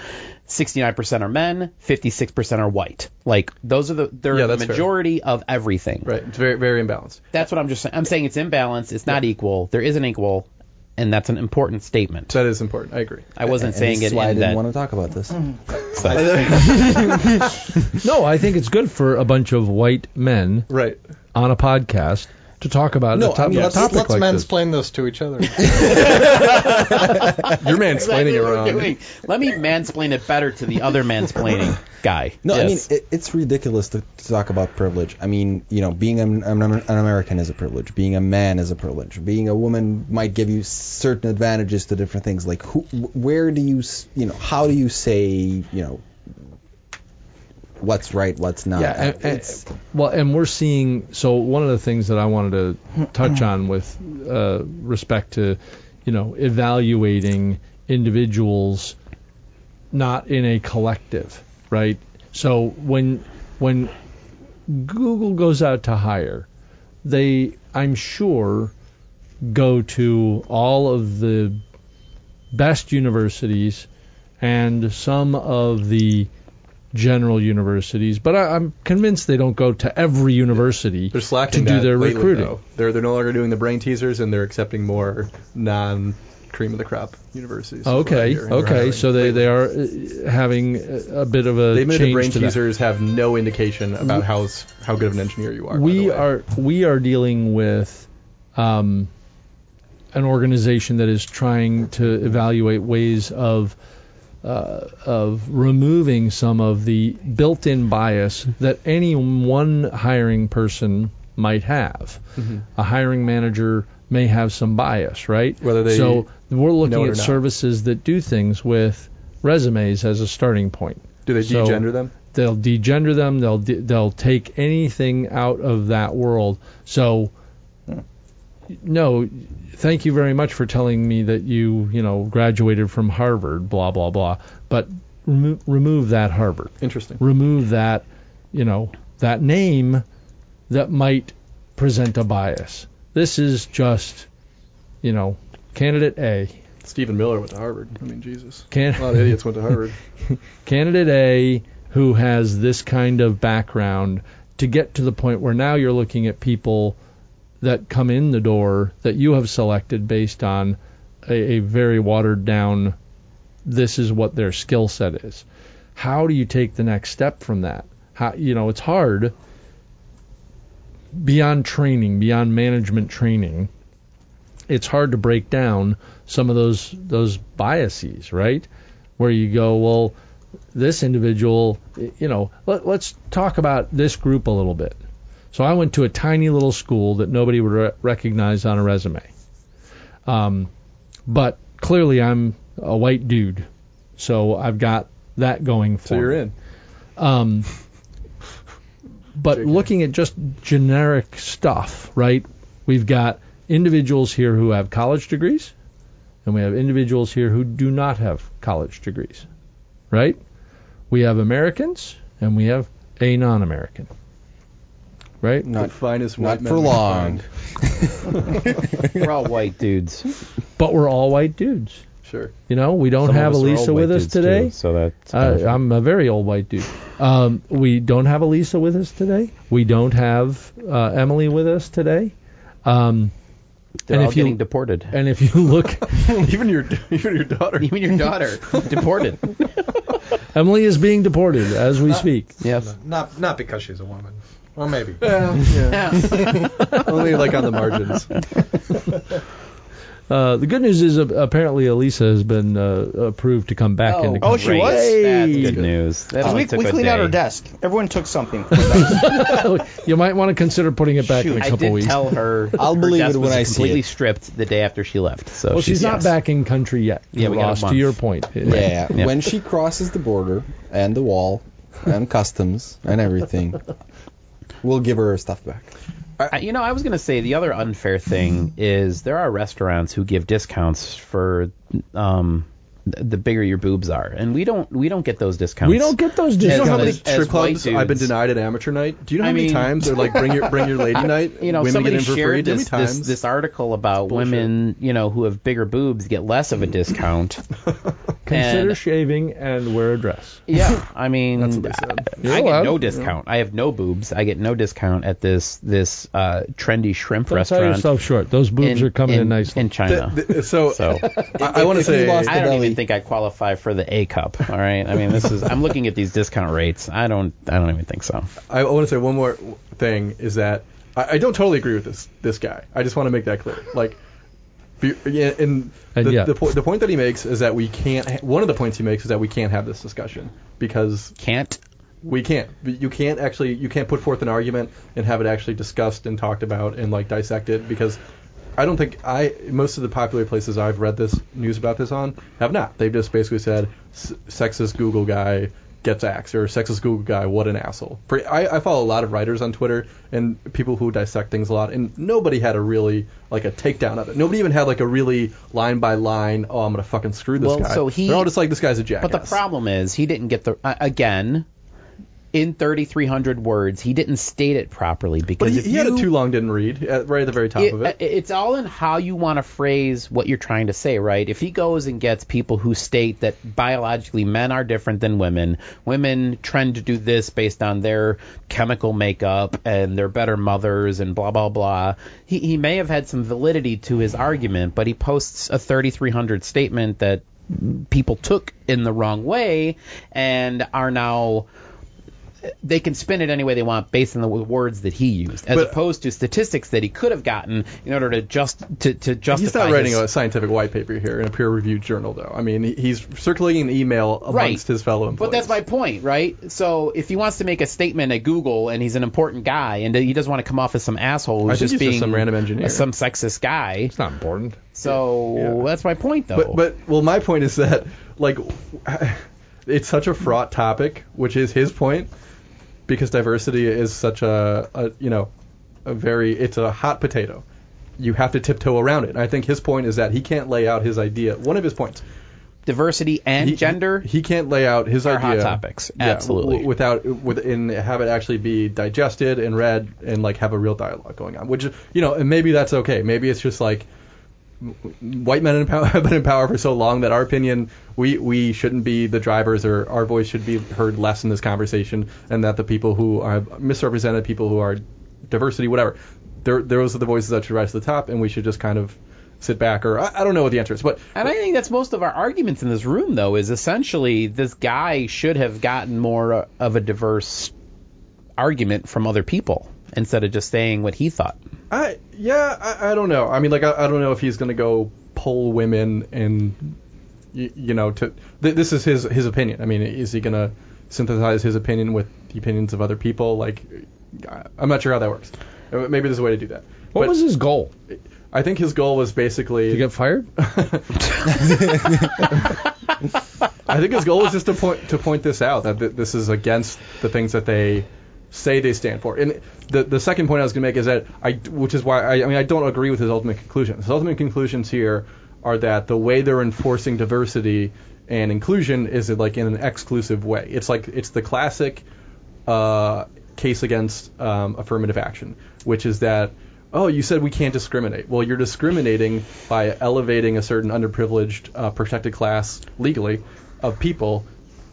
A: 69% are men, 56% are white. Like those are the they're
C: Yeah,
A: the
C: that's fair.
A: majority of everything.
C: Right, it's very very imbalanced.
A: That's what I'm just saying. I'm saying it's imbalanced. It's not equal. There isn't equal, and that's an important statement.
C: That is important. I agree.
A: I wasn't
F: And
A: saying
F: this is
A: it
F: why I
A: in
F: didn't
A: that.
F: want to talk about this.
D: No, I think it's good for a bunch of white men
C: Right.
D: on a podcast to talk about
G: No,
D: a, top,
G: I mean,
D: a
G: let's,
D: topic
G: let's
D: like this.
G: mansplain this to each other.
C: You're mansplaining
A: Exactly
C: it
A: what we're
C: wrong.
A: doing. Let me mansplain it better to the other
C: (laughs)
A: mansplaining guy.
F: No,
A: Yes.
F: I mean it, it's ridiculous to, to talk about privilege. I mean, you know, being an, an, an American is a privilege. Being a man is a privilege. Being a woman might give you certain advantages to different things. Like, who, where do you, s- you know, how do you say, you know, what's right, what's not?
D: Yeah, and- and-
F: It's-
D: well, and we're seeing. So one of the things that I wanted to touch
G: Mm-hmm.
D: on with uh, respect to, you know, evaluating individuals, not in a collective, right? So when when Google goes out to hire, they I'm sure go to all of the best universities and some of the general universities, but I, I'm convinced they don't go to every university
C: They're slacking
D: to do
C: that
D: their
C: lately,
D: recruiting.
C: though. They're they're no longer doing the brain teasers and they're accepting more non cream of the crop universities. is what I'm
D: Okay,
C: hearing. They're
D: okay,
C: hiring.
D: so they, they are uh, having a a bit of a
C: They made the
D: change
C: brain
D: to that.
C: teasers have no indication about how s- how good of an engineer you are. by the
D: we
C: way.
D: are we are dealing with um, an organization that is trying to evaluate ways of uh, of removing some of the built-in bias that any one hiring person might have.
C: Mm-hmm.
D: A hiring manager may have some bias, right?
C: Whether they
D: so we're
C: know
D: looking
C: it
D: at
C: or not.
D: services that do things with resumes as a starting point
C: Do they
D: So-
C: degender them?
D: they'll degender them. They'll de- they'll take anything out of that world. So, no, thank you very much for telling me that you you know graduated from Harvard, blah blah blah. But remo- remove that Harvard.
C: Interesting.
D: Remove that, you know, that name that might present a bias. This is just, you know, candidate A.
C: Stephen Miller went to Harvard. I
A: (laughs)
C: mean, Jesus.
D: Can-
C: A lot of idiots went to Harvard.
D: candidate A who has this kind of background to get to the point where now you're looking at people that come in the door that you have selected based on a, a very watered down this is what their skill set is. How do you take the next step from that? How you know, it's hard beyond training, beyond management training. It's hard to break down some of those those biases, right? where you go, well, this individual, you know, let, let's talk about this group a little bit. So I went to a tiny little school that nobody would re- recognize on a resume. Um, but clearly I'm a white dude, so I've got that going for
C: so you're
D: me.
C: in.
D: Um, but looking at just generic stuff, right? We've got individuals here who have college degrees, and we have individuals here who do not have college degrees, right? We have Americans, and we have a non American, right?
A: Mm.
C: the
F: Not,
C: finest white
F: not
C: men
F: for
C: we could
F: long.
C: find.
A: We're all white dudes.
D: But we're all white dudes.
C: Sure.
D: You know, we don't
A: Some of
D: have
A: us are
D: Elisa
A: all
D: with
A: white
D: us
A: dudes, too,
D: today.
A: so that's
D: Uh, I'm a very old white dude. Um, we don't have Elisa with us today. We don't have uh, Emily with us today. Um,
A: they're
D: and
A: all
D: if you-
A: getting deported.
D: and if you look,
C: (laughs) even your even your daughter. Oh.
A: Even your
C: (laughs)
A: daughter deported.
D: Emily is being deported as
A: Uh,
D: we speak.
A: Yes.
G: Not not because she's a woman. Well, maybe. (laughs)
C: Only like on the margins.
D: Uh, the good news is uh, apparently Elisa has been uh, approved to come back into
B: oh, she
A: great.
B: was?
A: That's good news. That
B: we
A: only took
B: we
A: a
B: cleaned out
A: day.
B: her desk. Everyone took (laughs) something.
D: You might want to consider putting it back in a
A: Oh, I
D: couple
A: did
D: weeks.
A: tell (laughs) her.
F: I'll
A: her
F: believe
A: desk
F: it when
A: was
F: I see
A: Completely
F: it.
A: stripped the day after she left. So
D: well, she's not back in country yet.
A: Yeah, we got a
D: Ross, to
A: month.
D: your point.
F: Yeah,
A: Yeah.
F: when she crosses the border and the wall and customs
D: (laughs)
F: and everything, we'll give her her stuff back.
A: I, you know, I was going to say the other unfair thing is there are restaurants who give discounts for um, th- the bigger your boobs are, and we don't we don't get those discounts.
D: We don't get those
C: You know how many
D: discounts.
A: (laughs) As- as
C: strip
A: white
C: clubs I've been
A: dudes.
C: denied at amateur night? Do you know how
A: I
C: many
A: mean-
C: times they're like bring your bring
A: (laughs)
C: your lady night?
A: You know,
C: women
A: somebody
C: get in for
A: shared
C: free. Do you know
A: this,
C: how many
A: this
C: times?
A: this article about
C: bullshit.
A: women, you know, who have bigger boobs get less of a discount.
D: Consider
A: And-
D: shaving and wear a dress.
A: (laughs) Yeah, I mean,
C: That's what they said.
A: I, I
D: allowed,
A: get no
D: you
A: discount. I have no boobs. I get no discount at this this uh, trendy shrimp
D: Don't sell
A: restaurant.
D: yourself short. Those boobs
A: in,
D: are coming in,
A: in,
D: nicely.
A: in China.
C: Th-
A: (laughs)
C: so
A: so
C: I, want to
F: if you
C: say
F: lost-
A: I don't
F: Belly.
A: even think I qualify for the A cup. All right, I mean this is I'm looking at these discount rates. I don't I don't even think so.
C: I want to say one more thing is that I, I don't totally agree with this this guy. I just want to make that clear. Like, be, yeah, and,
D: And
C: the,
D: yeah.
C: the, po- the point that he makes is that we can't. Ha- one of the points he makes is that we can't have this discussion because
A: Can't
C: we can't. You can't actually. You can't put forth an argument and have it actually discussed and talked about and like dissected because I don't think I. Most of the popular places I've read this news about this on have not. They've just basically said "S- sexist Google guy gets axed or sexist Google guy what an asshole. Pre- I, I follow a lot of writers on Twitter and people who dissect things a lot and nobody had a really like a takedown of it. Nobody even had like a really line by line. Oh, I'm gonna fucking screw this
A: Well,
C: guy.
A: so he-
C: They're all just like this guy's a jackass.
A: But the problem is he didn't get the uh, again in 3,300 words. He didn't state it properly
C: But
A: because
C: he,
A: if
C: he had
A: you,
C: it too long, didn't read, at, right at the very top of it.
A: it- uh, It's all in how you want to phrase what you're trying to say, right? If he goes and gets people who state that biologically men are different than women, women trend to do this based on their chemical makeup and they're better mothers and blah, blah, blah, he, he may have had some validity to his argument, but he posts a 3,300 statement that people took in the wrong way and are now they can spin it any way they want based on the w- words that he used, as
C: But-
A: opposed to statistics that he could have gotten in order to just to, to justify.
C: He's not writing
A: his,
C: a scientific white paper here in a peer-reviewed journal, though. I mean, he- he's circulating an email
A: Right.
C: amongst his fellow employees.
A: But that's my point, right? So if he wants to make a statement at Google and he's an important guy and he doesn't want to come off as some asshole
C: I
A: who's
C: think
A: just
C: he's just
A: being
C: some random engineer.
A: some sexist guy.
D: It's not important.
A: So that's my point, though.
C: But, but well, my point is that like (laughs) it's such a fraught topic, which is his point, because diversity is such a, a you know a very it's a hot potato. You have to tiptoe around it. And I think his point is that he can't lay out his idea. One of his points
A: diversity and
C: He-
A: gender
C: He can't lay out his
A: Are
C: idea.
A: hot topics.
C: Yeah, w-
A: Absolutely.
C: without with and have it actually be digested and read and like have a real dialogue going on. Which you know, and maybe that's okay. Maybe it's just like w- white men in power (laughs) have been in power for so long that our opinion we we shouldn't be the drivers or our voice should be heard less in this conversation and that the people who are misrepresented people who are diversity whatever there those are the voices that should rise to the top and we should just kind of sit back or I, I don't know what the answer is but
A: And I think that's most of our arguments in this room, though, is essentially this guy should have gotten more of a diverse argument from other people instead of just saying what he thought.
C: I yeah, I, I don't know. I mean, like I, I don't know if he's gonna go poll women and you, you know to th- this is his his opinion. I mean, is he gonna synthesize his opinion with the opinions of other people? Like, I- I'm not sure how that works. Uh, Maybe there's a way to do that.
D: What
C: But
D: was his goal?
C: I think his goal was basically.
D: To get fired? (laughs)
C: I think his goal is just to point to point this out that th- this is against the things that they say they stand for. And the the second point I was going to make is that I, which is why I, I mean I don't agree with his ultimate conclusions. His ultimate conclusions here are that the way they're enforcing diversity and inclusion is like in an exclusive way. It's like it's the classic uh, case against um, affirmative action, which is that, oh, you said we can't discriminate. Well, you're discriminating by elevating a certain underprivileged, uh, protected class legally of people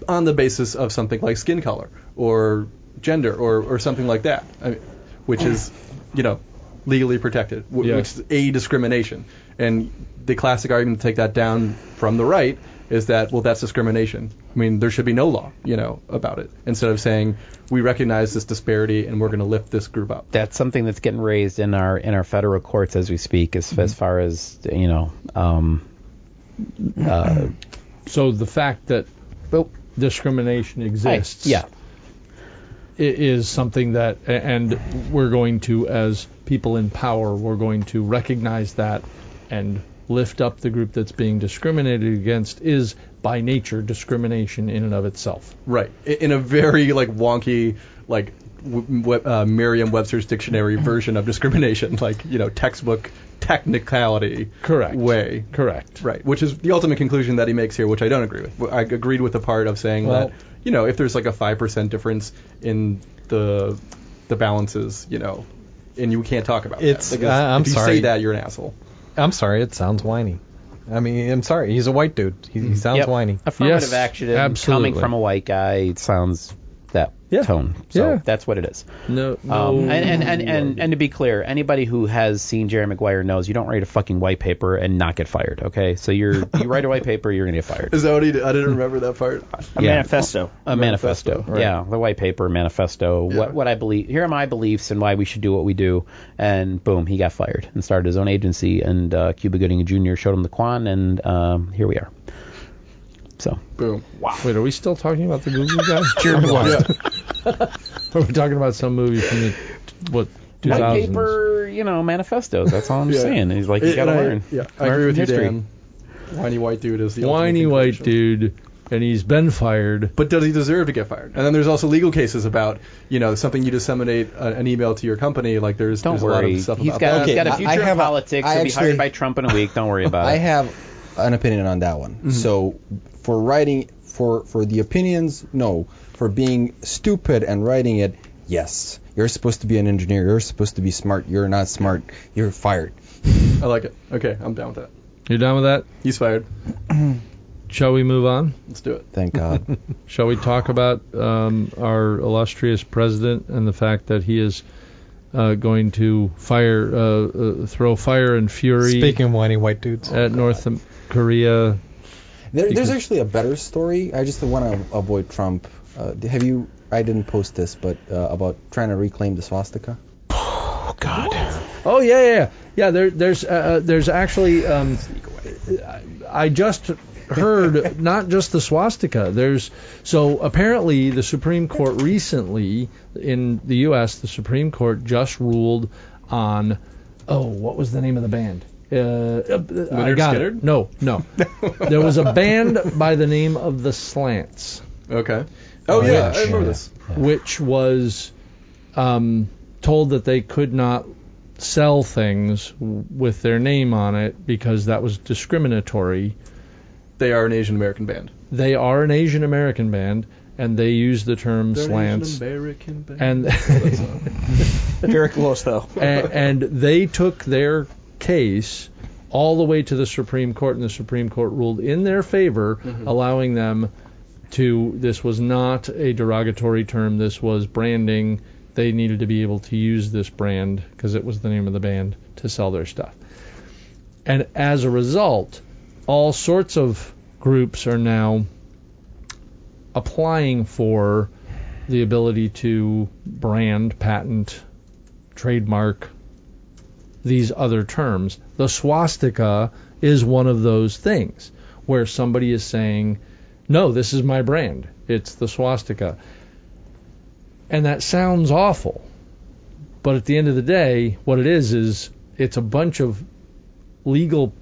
C: on the basis of something like skin color or gender or, or something like that, I mean, which is, you know, legally protected, wh-
D: Yeah.
C: which is a discrimination. And the classic argument to take that down from the right is that well that's discrimination. I mean there should be no law, you know, about it. Instead of saying we recognize this disparity and we're going to lift this group up.
A: That's something that's getting raised in our in our federal courts as we speak, as
D: Mm-hmm.
A: as far as you know. Um,
D: So the fact that
A: but
D: discrimination
A: I-
D: exists
A: yeah,
D: i- is something that, a- and we're going to, as people in power, we're going to recognize that and lift up the group that's being discriminated against is by nature discrimination in and of itself.
C: Right. I- In a very like wonky like w- w- uh, Merriam-Webster's dictionary version of discrimination, (laughs) like you know textbook technicality
D: Correct.
C: way.
D: Correct.
C: Right, which is the ultimate conclusion that he makes here, which I don't agree with. I agreed with the part of saying
D: Well-
C: that you know if there's like a five percent difference in the the balances, you know, and you can't talk about
G: It's-
C: that.
G: uh, I'm
C: if you
G: sorry.
C: say that you're an asshole.
G: I'm sorry, it sounds whiny. I mean, I'm sorry. He's a white dude. He, he sounds
A: Yep.
G: whiny.
A: affirmative
D: Yes,
A: action coming
D: absolutely.
A: from a white guy it sounds that tone. So
D: Yeah.
A: that's what it is.
D: No. no
A: Um, and, and, and, and, and to be clear, anybody who has seen Jerry Maguire knows you don't write a fucking white paper and not get fired. Okay, so you're you write a white paper, you're gonna get fired.
C: Is that what he did? I didn't remember that part.
B: A
A: Yeah.
B: manifesto.
A: A manifesto,
C: manifesto, right.
A: yeah, the white paper manifesto. What what I believe. Here are my beliefs and why we should do what we do. And boom, he got fired and started his own agency. And uh, Cuba Gooding Jr. showed him the Quan, and um, here we are. So
C: Boom. Wow.
D: Wait, are we still talking about the Google
A: (laughs)
D: guy? Jeremy (laughs) Are we talking about some movie from the what? 2000s?
A: white paper, you know, manifestos. That's (laughs) all I'm
C: Yeah.
A: saying. He's like, you
C: And
A: gotta
C: I-
A: learn.
C: Yeah, I agree with you,
A: history.
C: Dan. Whiny white dude is the ultimate
D: Whiny white
C: conclusion.
D: dude, and he's been fired.
C: But does he deserve to get fired? And then there's also legal cases about, you know, something you disseminate uh, an email to your company. Like there's,
A: Don't
C: there's a lot
A: worry.
C: of stuff
A: He's
C: about
A: got,
C: that.
A: he's got
F: Okay,
A: a
F: I-
A: future
F: I
A: in
F: have a-
A: politics.
F: I
A: He'll be hired
F: actually-
A: by Trump in a week. Don't worry about
F: I
A: it.
C: (laughs)
F: have an opinion on that
C: Mm-hmm.
F: one. So for writing for for the opinions, no. For being stupid and writing it, yes. You're supposed to be an engineer. You're supposed to be smart. You're not smart. You're fired.
C: I like it. Okay, I'm down with that.
D: You're done with that?
C: He's fired.
D: Shall we move on?
C: Let's do it. (laughs)
F: Thank God.
D: Shall we talk about um, our illustrious president and the fact that he is uh, going to fire, uh, uh, throw fire and fury
G: Speaking of whiny white dudes.
D: at North Am- Korea?
F: There, there's
D: Because-
F: actually a better story. I just want to avoid Trump. Uh, have you? I didn't post this, but uh, about trying to reclaim the swastika.
D: Oh yeah, yeah, yeah. There, there's, uh, there's actually. Um, I just heard not just the swastika. There's so apparently the Supreme Court recently in the U.S. The Supreme Court just ruled on. Oh, what was the name of the band? Uh, uh, I got
C: Skynyrd?
D: it. No, no. there was a band by the name of the Slants
C: Okay. Oh, yeah, I remember this.
D: which was um, told that they could not sell things w- with their name on it because that was discriminatory.
C: they are an Asian American band.
D: They are an Asian American band, and they use the term slants.
C: Asian American band.
D: and
B: Very close though.
D: and, (laughs) and they took their case all the way to the Supreme Court, and the Supreme Court ruled in their favor, allowing them to. This was not a derogatory term. This was branding. They needed to be able to use this brand because it was the name of the band to sell their stuff. And as a result, all sorts of groups are now applying for the ability to brand, patent, trademark these other terms. The swastika is one of those things where somebody is saying, no, this is my brand. It's the swastika. And that sounds awful. But at the end of the day, what it is is it's a bunch of legal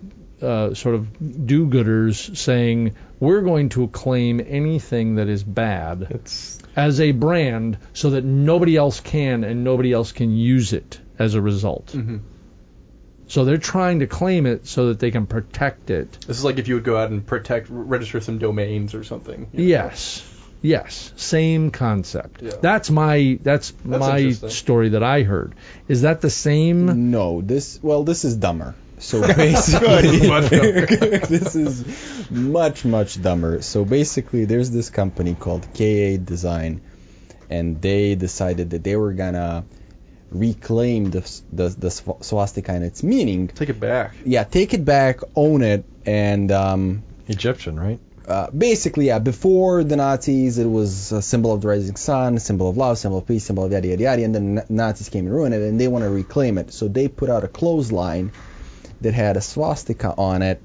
D: uh, sort of do gooders saying, we're going to claim anything that is bad
G: It's
D: as a brand so that nobody else can and nobody else can use it as a result.
C: Mm-hmm.
D: So they're trying to claim it so that they can protect it.
C: (laughs) This is like if you would go out and protect, register some domains or something. you know?
D: Yes. Yes, same concept.
C: Yeah.
D: That's my that's, my
C: interesting.
D: story that I heard. Is that the same?
F: No, this well, this is dumber. So basically, (laughs) this is much much dumber. So basically, there's this company called KA Design, and they decided that they were gonna reclaim the s- the, the swa- swastika and its meaning.
C: Take it back.
F: Yeah, take it back, own it, and um,
G: Egyptian, right?
F: uh, basically, yeah, before the Nazis, it was a symbol of the rising sun, a symbol of love, symbol of peace, symbol of yada yada yada, and then Na- Nazis came and ruined it, and they want to reclaim it. So they put out a clothesline that had a swastika on it,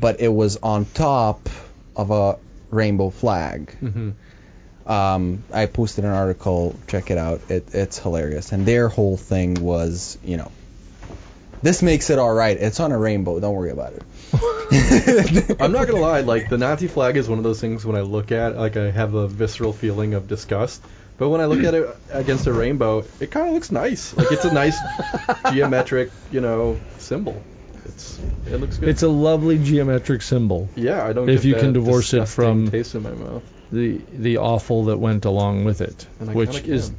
F: but it was on top of a rainbow flag.
G: Mm-hmm.
F: Um, I posted an article. Check it out. It, it's hilarious. And their whole thing was, you know, this makes it all right. It's on a rainbow. Don't worry about it.
C: I'm not gonna lie, like the Nazi flag is one of those things when I look at, like I have a visceral feeling of disgust. But when I look
D: (clears throat)
C: at it against a rainbow, it kind of looks nice. Like it's a
D: (laughs)
C: nice geometric, you know, symbol. It's it looks good.
D: It's a lovely geometric symbol.
C: yeah, I don't.
D: if
C: get
D: you can
C: that
D: divorce it
C: disgusting
D: from-
C: taste in my mouth,
D: The the awful that went along with it,
C: And I
D: which
C: kinda
D: is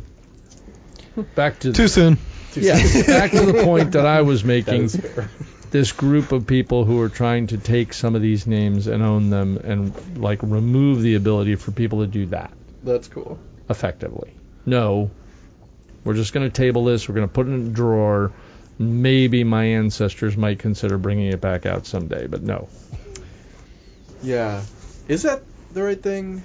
C: can.
D: back to
G: Too soon.
D: yeah, (laughs) back to the point that I was making. This group of people who are trying to take some of these names and own them and like remove the ability for people to do that
C: that's cool.
D: effectively. No, we're just going to table this. We're going to put it in a drawer. Maybe my ancestors might consider bringing it back out someday, but no.
C: Yeah. Is that the right thing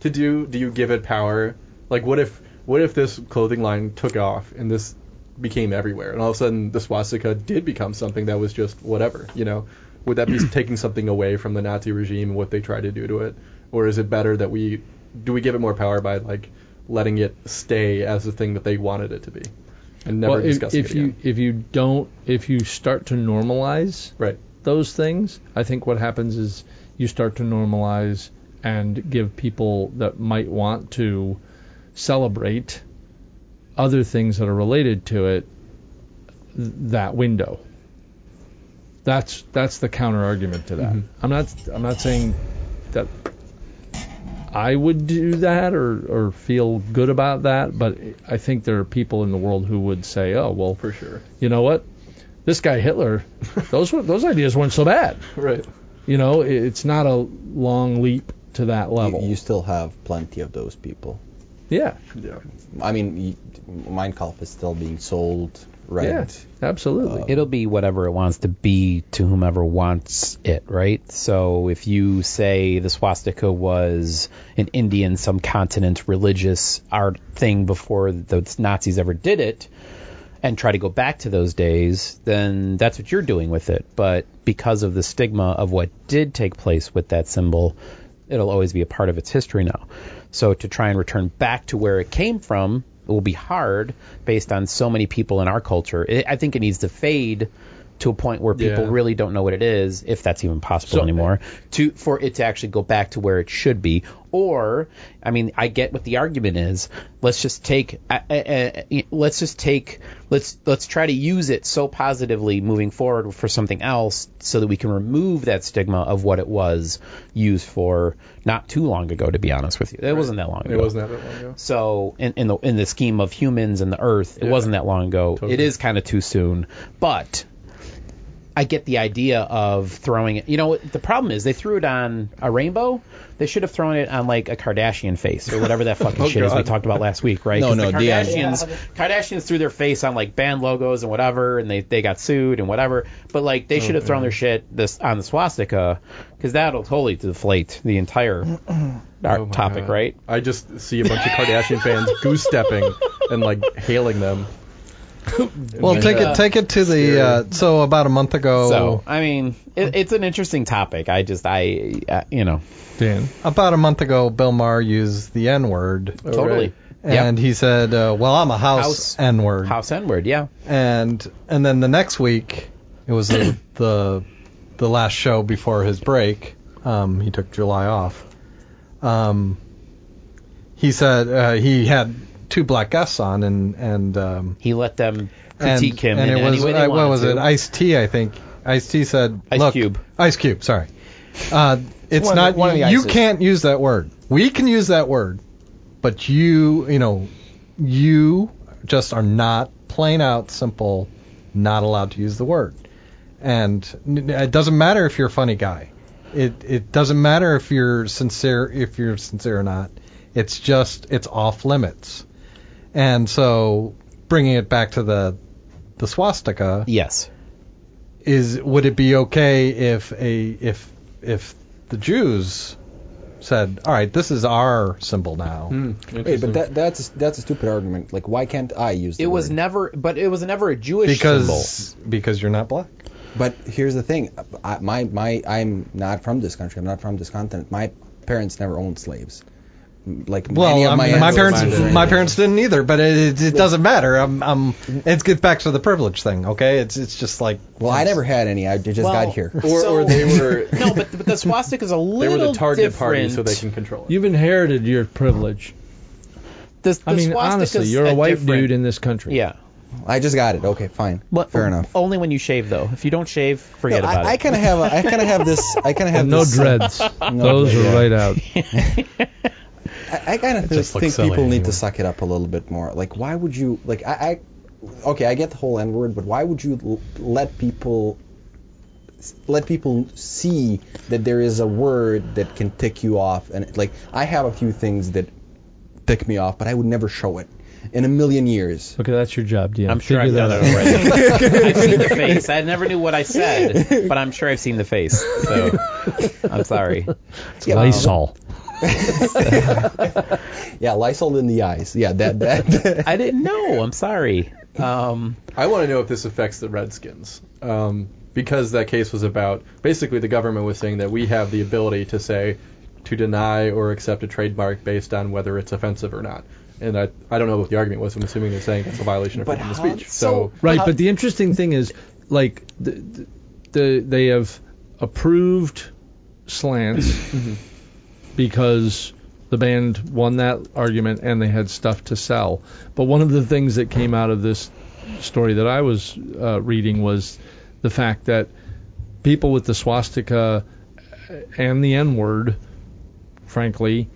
C: to do? Do you give it power? Like what if what if this clothing line took off and this became everywhere and all of a sudden the swastika did become something that was just whatever, you know? Would
D: (clears throat)
C: that be taking something away from the Nazi regime and what they tried to do to it? Or is it better that we do we give it more power by like letting it stay as the thing that they wanted it to be and never
D: well, if,
C: discussing
D: if
C: it
D: you
C: again?
D: if you don't if you start to normalize
C: Right.
D: those things, I think what happens is you start to normalize and give people that might want to celebrate other things that are related to it th- that window. That's that's the counter argument to that.
C: Mm-hmm.
D: I'm not I'm not saying that I would do that or, or feel good about that, but I think there are people in the world who would say, oh well,
C: For sure. (laughs)
D: you know what? This guy Hitler, those were, those ideas weren't so bad.
C: Right.
D: You know, i- it's not a long leap to that level.
F: You, you still have plenty of those people.
D: yeah,
C: Yeah.
F: I mean, y- Mein Kampf is still being sold, right?
D: yeah, absolutely.
A: It'll be whatever it wants to be to whomever wants it, right? So if you say the swastika was an Indian subcontinent religious art thing before the Nazis ever did it and try to go back to those days, then that's what you're doing with it. But because of the stigma of what did take place with that symbol, it'll always be a part of its history now. So to try and return back to where it came from will be hard based on so many people in our culture. It, I think it needs to fade to a point where people
D: Yeah.
A: really don't know what it is, if that's even possible
D: So-
A: anymore, to for it to actually go back to where it should be. Or, I mean, I get what the argument is. Let's just take, uh, uh, uh, let's just take, let's let's try to use it so positively moving forward for something else, so that we can remove that stigma of what it was used for not too long ago. To be honest with you, it wasn't that long ago.
C: It wasn't that long ago.
A: So in in the in the scheme of humans and the Earth, it wasn't that long ago. It is kind of too soon, but I get the idea of throwing it. You know, the problem is they threw it on a rainbow. They should have thrown it on like a Kardashian face or whatever that fucking shit is we talked about last week, right?
F: No,
A: 'Cause
F: no,
A: the
F: the-
A: Kardashians. Kardashians threw their face on like band logos and whatever, and they they got sued and whatever. But like they should have thrown their shit this on the swastika, because that'll totally deflate the entire our
C: Oh my
A: topic,
C: God.
A: right?
C: I just see a bunch of Kardashian fans goose stepping and like hailing them.
G: Well,
C: Yeah.
G: take it take it to the uh, so about a month ago.
A: So I mean, it, it's an interesting topic. I just I uh, you know
D: Dan.
G: About a month ago, Bill Maher used the N word,
A: totally
G: and he said, uh, "Well, I'm a house,
A: House-
G: N word."
A: house N word. Yeah,
G: And and then the next week, it was the the, the last show before his break. Um, he took July off. Um, he said uh, he had two black guests on, and and um,
A: he let them
G: and,
A: critique him
G: and
A: in
G: it
A: any
G: was
A: way they
G: I- what
A: wanted
G: was
A: to.
G: it? Ice T, I think. Ice T said,
A: Ice
G: "Look,
A: Cube.
G: Ice Cube, sorry. Uh, it's
B: one of
G: not
B: the- one of the
G: you, you
B: Ices.
G: can't use that word. We can use that word, but you, you know, you just are not plain out simple, not allowed to use the word. And n- n- it doesn't matter if you're a funny guy. It it doesn't matter if you're sincere if you're sincere or not. It's just it's off limits. And so bringing it back to the the swastika
A: yes,
G: is would it be okay if a if if the Jews said, "All right, this is our symbol now."
F: Wait, but that, that's that's a stupid argument. Like, why can't I use the
A: it was
F: word?
A: never, but it was never a Jewish symbol.
G: Because because you're not black.
F: But here's the thing. I, my my I'm not from this country. I'm not from this continent. My parents never owned slaves. Like many
G: Well,
F: of
G: I
F: my,
G: mean, my
F: ancestors
G: parents
F: did.
G: my parents didn't either, but it, it, it doesn't matter. I'm, I'm it gets back to the privilege thing, okay? It's it's just like
F: Well, I never had any. I just
A: Well,
F: got here.
C: Or,
A: So-
C: or they were
A: no, but, but the swastika is a
C: they
A: little
C: were the target
A: different.
C: party, so they can control it.
D: You've inherited your privilege.
A: The, the
D: I mean,
A: swastika's
D: honestly, you're a white dude in this country.
A: yeah.
F: I just got it. Okay, fine.
A: But
F: Fair enough.
A: Only when you shave, though. If you don't shave, forget
F: No,
A: about
F: I, I
A: it.
F: kind of have. A, I kind of
A: (laughs)
F: have this. I kind of have
D: No
F: this,
D: dreads. Those
F: dread,
D: are
F: yeah.
D: right out.
F: I, I kind of
D: just looks
F: think
D: silly
F: people need
D: anyway.
F: to suck it up a little bit more. Like, why would you? Like, I, I okay, I get the whole N word, but why would you l- let people let people see that there is a word that can tick you off? And like, I have a few things that tick me off, but I would never show it in a
D: (laughs)
F: million years.
D: Okay, that's your job, Dan.
A: I'm sure I've
D: Figure
A: done
D: that
A: that
D: out.
A: already. I've seen the face. I never knew what I said, but I'm sure I've seen the face. So I'm sorry.
F: Yeah,
D: Lysol.
F: yeah, Lysol in the eyes. Yeah,
D: (laughs)
F: that that.
A: I didn't know. I'm sorry. Um,
C: I want to know if this affects the Redskins. Um, because that case was about basically the government was saying that we have the ability to say to deny or accept a trademark based on whether it's offensive or not. And I, I don't know what the argument was. I'm assuming they're saying it's a violation of freedom of speech. So,
D: Right, but the interesting thing is, like, the, the, the they have approved slants because the band won that argument and they had stuff to sell. But one of the things that came out of this story that I was uh, reading was the fact that people with the swastika and the N word, frankly,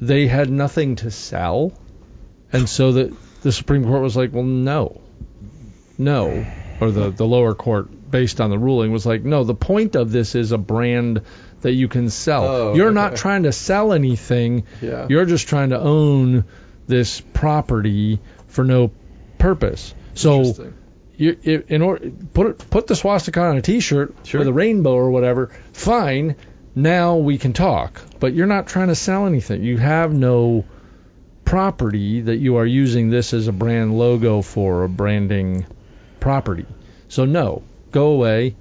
D: they had nothing to sell. And so the, the Supreme Court was like, well, no no, or the, the lower court, based on the ruling, was like, no, the point of this is a brand that you can sell.
C: Oh,
D: You're
C: okay.
D: not trying to sell anything.
C: Yeah.
D: You're just trying to own this property for no purpose. So,
C: Interesting.
D: you, i- in order, put it, put the swastika on a T-shirt with a rainbow or whatever. Fine. Now we can talk, but you're not trying to sell anything. You have no property that you are using this as a brand logo for a branding property. So no, go away.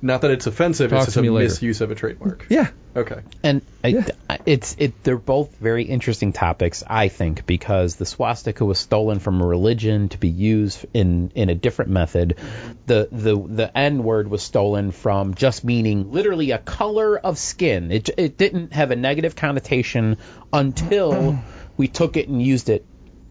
C: not that it's offensive,
D: Talk
C: it's just
D: to
C: a
D: me later.
C: misuse of a trademark.
D: Yeah,
C: Okay.
A: And I, I- it's it. They're both very interesting topics, I think, because the swastika was stolen from a religion to be used in in a different method. The the the N word was stolen from just meaning literally a color of skin. It it didn't have a negative connotation until we took it and used it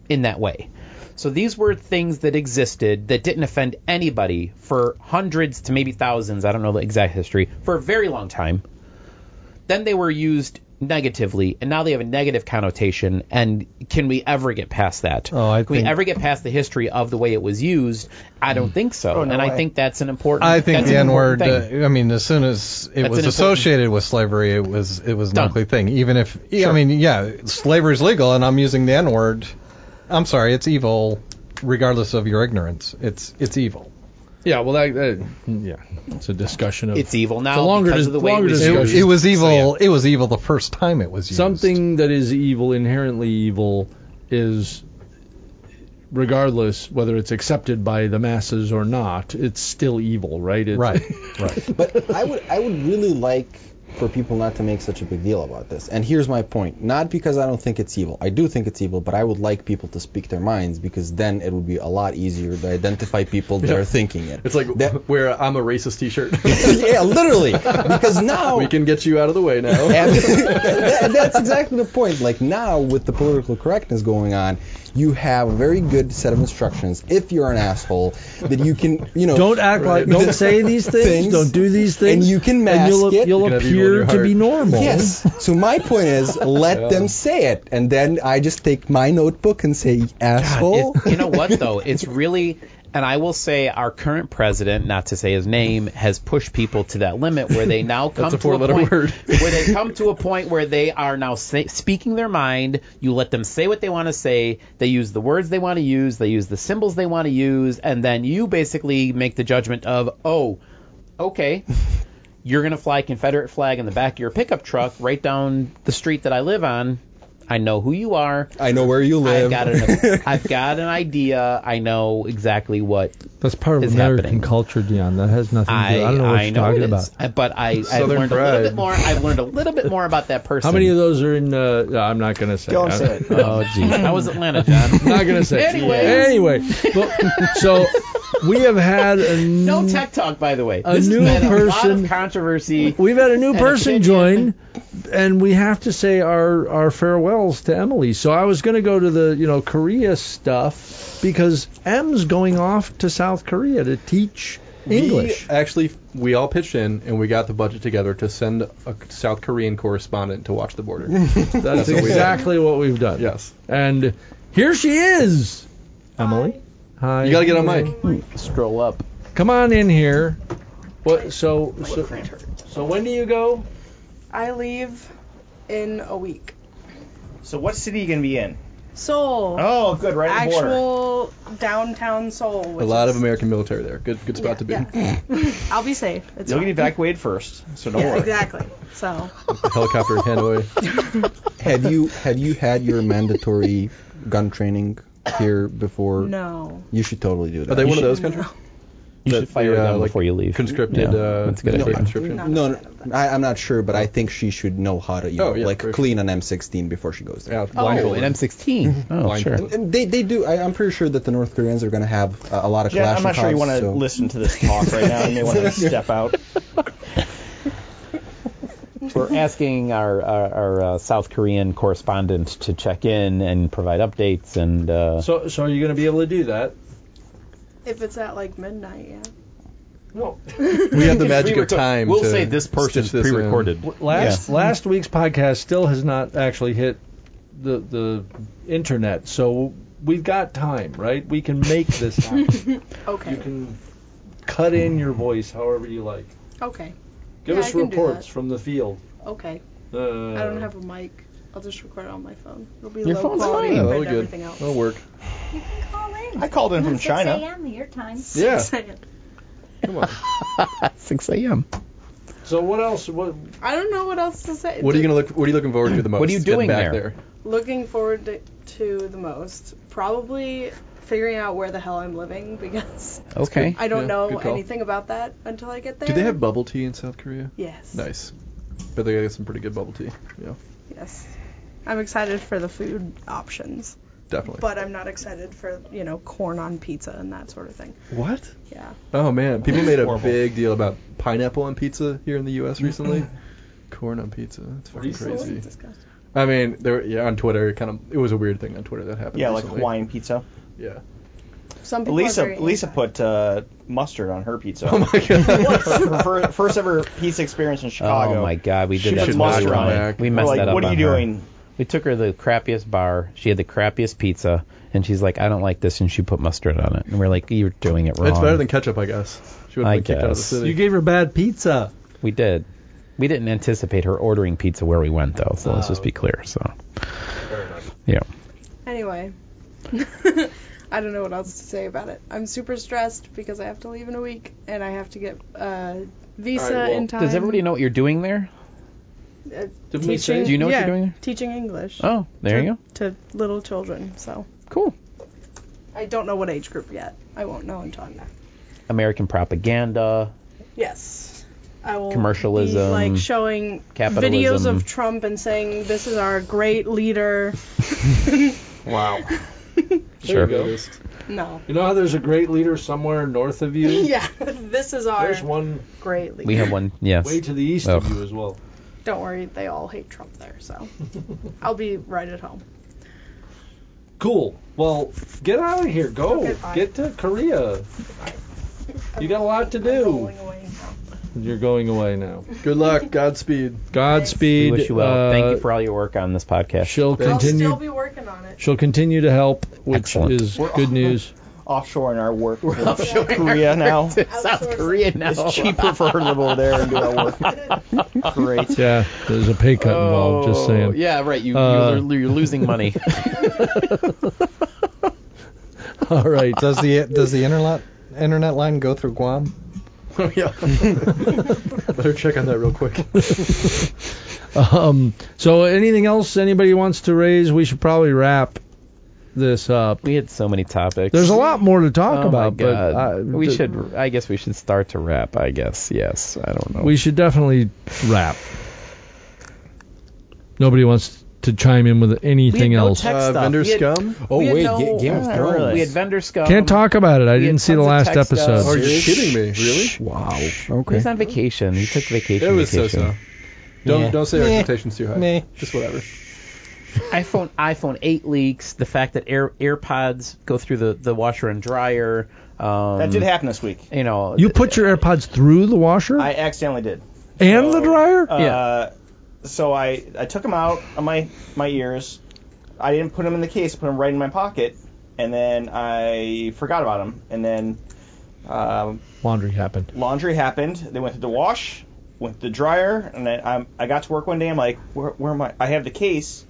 A: in that way. So these were things that existed that didn't offend anybody for hundreds to maybe thousands. I don't know the exact history for a very long time then they were used negatively, and now they have a negative connotation. And can we ever get past that?
D: Oh, I
A: can
D: think-
A: we ever get past the history of the way it was used? I don't think so.
B: no
A: and I
B: way.
A: think that's an important.
G: I think
A: that's
G: the
A: an
G: N word.
A: important thing.
G: Uh, I mean, as soon as it
A: That's
G: was
A: an important-
G: associated with slavery, it was it was an
A: Done.
G: ugly thing. Even if yeah, I mean, yeah, slavery's legal, and I'm using the N word. I'm sorry, it's evil, regardless of your ignorance. It's it's evil.
D: Yeah, well, that, that yeah, it's a discussion of
A: It's evil now
D: uh, The longer
A: because
D: dis-
A: of the way
D: longer
A: it was
G: It,
D: discussion.
A: used.
G: it was evil. It was evil the first time it was used.
D: something that is evil, inherently evil, is regardless whether it's accepted by the masses or not, it's still evil, right? It's,
G: Right. Right.
F: but I would I would really like for people not to make such a big deal about this. And here's my point. Not because I don't think it's evil. I do think it's evil, but I would like people to speak their minds because then it would be a lot easier to identify people that are thinking it.
C: It's like
F: That-
C: where I'm a racist T-shirt. (laughs)
F: yeah, literally. Because now
C: we
F: (laughs)
C: can get you out of the way (laughs) now.
F: and that- that's exactly the point. Like now, with the political correctness going on, you have a very good set of instructions. If you're an asshole, that you can, you know,
I: Don't act like, don't
F: (laughs)
I: say these things,
F: Things,
I: don't do these
F: and
I: things,
F: you can
I: and
F: mask
I: you'll,
F: it.
I: you'll
C: You can have evil in
I: appear
C: your
I: to be
C: heart.
I: normal.
F: Yes. (laughs) So my point is, let them say it, and then I just take my notebook and say, asshole. (laughs)
A: It- you know what though? It's really, and I will say, our current president, not to say his name, has pushed people to that limit where they now come
C: a
A: to a
C: four-letter
A: point
C: word.
A: (laughs) where
F: (laughs)
A: they come to a point where they are now say, speaking their mind. You let them say what they want to say. They use the words they want to use. They use the symbols they want to use, and then you basically make the judgment of, oh,
F: (laughs)
A: okay, you're going to fly Confederate flag in the back of your pickup truck right down the street that I live on. I know who you are.
F: I know where you
A: I've
F: live.
A: got
F: (laughs)
A: an I've got an idea. I know exactly what
I: That's part of
A: It's
I: American
A: happening.
I: culture, Dion. That has nothing to
A: I
I: do. I don't know what
A: I
I: you're
A: know
I: talking
A: it
I: about.
A: is. But I I've
C: Southern
A: learned a little
C: pride.
A: bit more. I've learned a little bit more about that
I: (laughs)
A: person.
I: How many of those are in? Uh, I'm not gonna say.
B: Don't
I: I-
B: say it.
A: Oh geez, that was Atlanta,
I: (laughs)
A: John. (laughs)
I: not gonna
F: (laughs)
I: say.
A: Anyways.
I: anyway, but, so we have
F: (laughs)
I: had a n-
A: No tech talk, by the way.
I: A
A: this
I: new
A: has been a lot
I: person-
A: of controversy.
I: We've had a new person
A: opinion.
I: join, and we have to say our our farewells to Emily. So I was gonna go to the you know Korea stuff because M's going off to South Korea to teach English.
C: (laughs) We actually, we all pitched in and we got the budget together to send a South Korean correspondent to watch the border. (laughs)
I: That's
C: what we did.
I: exactly what we've done.
C: yes.
I: And here she is, Emily. Hi.
C: You got to get on mic.
A: Scroll up.
I: Come on in here. What? So, so, so when do you go?
J: I leave in a week.
B: So what city are you gonna be in?
J: Seoul.
B: Oh, good, right at the border.
J: Actual downtown Seoul.
C: A lot of American military there. Good good spot to
J: Yeah,
C: be. (laughs)
J: I'll be safe. It's
B: You'll
J: fine.
B: get evacuated first, so don't
J: Yeah,
B: worry.
J: exactly.
C: (laughs)
J: So
C: Helicopter hand away.
F: have you have you had your mandatory gun training here before?
J: no.
F: You should totally do that.
C: Are they
F: You
C: one of
F: should-
C: those countries?
A: You
C: That
A: should fire
C: the, uh,
A: them
C: like,
A: before you leave.
C: Conscripted.
A: Yeah,
C: uh,
A: that's a good
C: not
A: idea.
C: conscription.
J: No.
F: No, no I, I'm not sure, but I think she should know how to, you
C: Oh,
F: know,
C: yeah,
F: like
C: for sure.
F: clean an M16 before she goes there.
C: Yeah,
A: Oh,
C: blindfolded.
A: an
B: (laughs)
A: M16. Oh,
C: Blindfolded.
A: sure.
F: And, and they, they do. I, I'm pretty sure that the North Koreans are going to have uh, a lot of
B: Yeah, I'm not sure you
F: Kalashnikovs,
B: want to
F: so-
B: listen to this talk right now. You may
C: (laughs)
B: want to step out.
A: We're asking our our, our uh, South Korean correspondent to check in and provide updates and. Uh,
I: So, so are you going to be able to do that?
J: If it's at like midnight, yeah. (laughs)
C: We
A: (laughs)
C: have the magic of time.
A: We'll
C: to
A: say this person's
C: stitch this in.
A: pre-recorded.
I: Last last week's podcast still has not actually hit the the internet, so we've got time, right? We can make
J: (laughs)
I: this happen.
J: Okay.
I: you can cut in your voice however you like.
J: Okay.
I: Give
J: Yeah, I
I: us
J: can do
I: reports
J: that.
I: from the field.
J: Okay.
I: Uh,
J: I don't have a mic. I'll just record it on my phone. It'll be
A: Your
J: low
A: phone's fine.
J: quality
C: Yeah, that'll
J: compared to
C: be Oh, good.
J: everything else.
C: That'll
J: (laughs)
C: work.
K: You can call in.
B: I called in from
K: 6
B: China.
K: a.m. your time.
C: Yeah. Come on.
A: (laughs) 6 a.m.
I: So what else? What
J: I don't know what else to say.
C: What are you gonna look? What are you looking forward to the most?
A: What are you
C: Getting
A: doing
C: back
A: there?
J: Looking forward to, to the most. Probably figuring out where the hell I'm living (laughs) because
A: Okay.
J: I don't
C: Yeah,
J: know
C: good call.
J: anything about that until I get there.
C: Do they have bubble tea in South Korea?
J: Yes.
C: Nice. But they got some pretty good bubble tea. Yeah,
J: Yes. I'm excited for the food options,
C: definitely.
J: but I'm not excited for, you know, corn on pizza and that sort of thing.
C: what?
J: Yeah.
C: Oh man, people made a
G: Horrible.
C: big deal about pineapple on pizza here in the U.S. recently. Corn on pizza. That's fucking crazy.
J: It's disgusting.
C: I mean, there yeah, on Twitter, it kind of it was a weird thing on Twitter that happened.
B: Yeah, like
C: recently.
B: Hawaiian pizza.
C: Yeah.
J: Some people are
B: Lisa
J: very
B: Lisa
J: anti-
B: put uh, mustard on her pizza. Oh my (laughs) god! her fir- first ever pizza experience in Chicago.
A: Oh my god, we
B: She
A: did that
B: should
A: to
B: not
A: Mustard.
B: come
C: back.
A: We
B: We're
A: messed
B: like,
A: that up.
B: what are
A: on
B: you
A: her.
B: doing?
A: We took her to the crappiest bar. She had the crappiest pizza, and she's like, "I don't like this," and she put mustard on it. And we're like, "You're doing it wrong."
C: It's better than ketchup, I guess. She would
A: I
C: have been kicked out of the
A: guess.
C: city.
D: gave her bad pizza.
A: we did. We didn't anticipate her ordering pizza where we went, though. So let's just be clear. So, yeah.
J: Anyway, (laughs) I don't know what else to say about it. I'm super stressed because I have to leave in a week and I have to get uh, visa
C: All right, well,
J: in time.
A: Does everybody know what you're doing there?
J: Uh,
C: Did we
J: teaching,
C: say?
A: Do you know what
J: yeah,
A: you're doing there?
J: Teaching English.
A: Oh, there
J: to,
A: you go.
J: To little children. So
A: Cool.
J: I don't know what age group yet. I won't know until I'm there.
A: American propaganda.
J: Yes. I will
A: Commercialism,
J: be, like showing videos
A: capitalism.
J: of Trump and saying this is our great leader. (laughs)
C: Wow.
A: Sure.
J: No.
D: You know how there's a great leader somewhere north of you?
J: (laughs) Yeah, this is our
D: There's one
J: great leader.
A: We have one. Yes.
D: way to the east
A: Ugh.
D: of you as well.
I: (laughs)
J: Don't worry, they all hate Trump there, so I'll be right at home.
D: Cool. Well, get out of here. Go.
J: Okay, bye.
D: get to Korea. You got a lot to
J: I'm
D: do.
J: rolling away now.
D: You're going away now.
C: Good luck. Godspeed.
A: we
D: Godspeed.
A: wish you well.
D: Uh,
A: Thank you for all your work on this
D: (laughs)
A: podcast.
D: She'll
J: I'll still
D: continue.
J: be working on it.
D: She'll continue to help, which
A: Excellent.
D: is good news.
B: Offshore in our
C: (laughs)
B: work. We're offshore Korea now.
A: South Korea now.
B: It's cheaper for her to live over there and do our work. Great.
D: Yeah, there's a pay cut involved. Just saying.
A: Yeah, right. You,
D: Uh,
A: you're, you're losing money.
D: All right.
G: Does the does the internet internet line go through Guam?
C: yeah. Better check on that
A: (laughs)
C: real quick.
D: Um. So, anything else anybody wants to raise? We should probably wrap this
A: (laughs)
D: up.
A: we had so many topics.
D: There's a lot more to talk
A: Oh
D: about,
A: my God.
D: but uh,
A: we
D: th-
A: should. I guess we should start to wrap. I guess. Yes. I don't know.
D: We should definitely wrap. Nobody wants to chime in with anything else.
A: tech
C: Uh,
A: stuff.
C: vendor
A: We had-
C: scum.
F: Oh
A: we had
F: wait,
A: no- uh,
F: Ga- Game of
B: Yeah,
F: Thrones.
B: really.
A: We had vendor scum.
D: Can't talk about it. I
A: we had
D: didn't see the
A: tons of
D: last
A: tech stuff.
D: episode.
C: Are you kidding me? Really?
F: Wow.
A: He's
F: Okay.
A: on vacation. He took vacation.
C: It was so
A: vacation.
C: so. Don't
F: Yeah.
C: don't say our
F: Meh.
C: expectations too high.
F: Meh.
C: Just whatever.
A: iPhone iPhone 8 leaks. The fact that Air, AirPods go through the, the washer and dryer. Um,
B: That did happen this week.
A: You know.
D: You put your AirPods through the washer
B: I accidentally did.
D: and the dryer?
B: Uh, so I, I took them out of my, my ears. I didn't put them in the case, put them right in my pocket, and then I forgot about them. And then um,
D: Laundry happened.
B: laundry happened. They went to the wash, went to the dryer, and I, I'm- I got to work one day. I'm like, where, where am I? I have the case.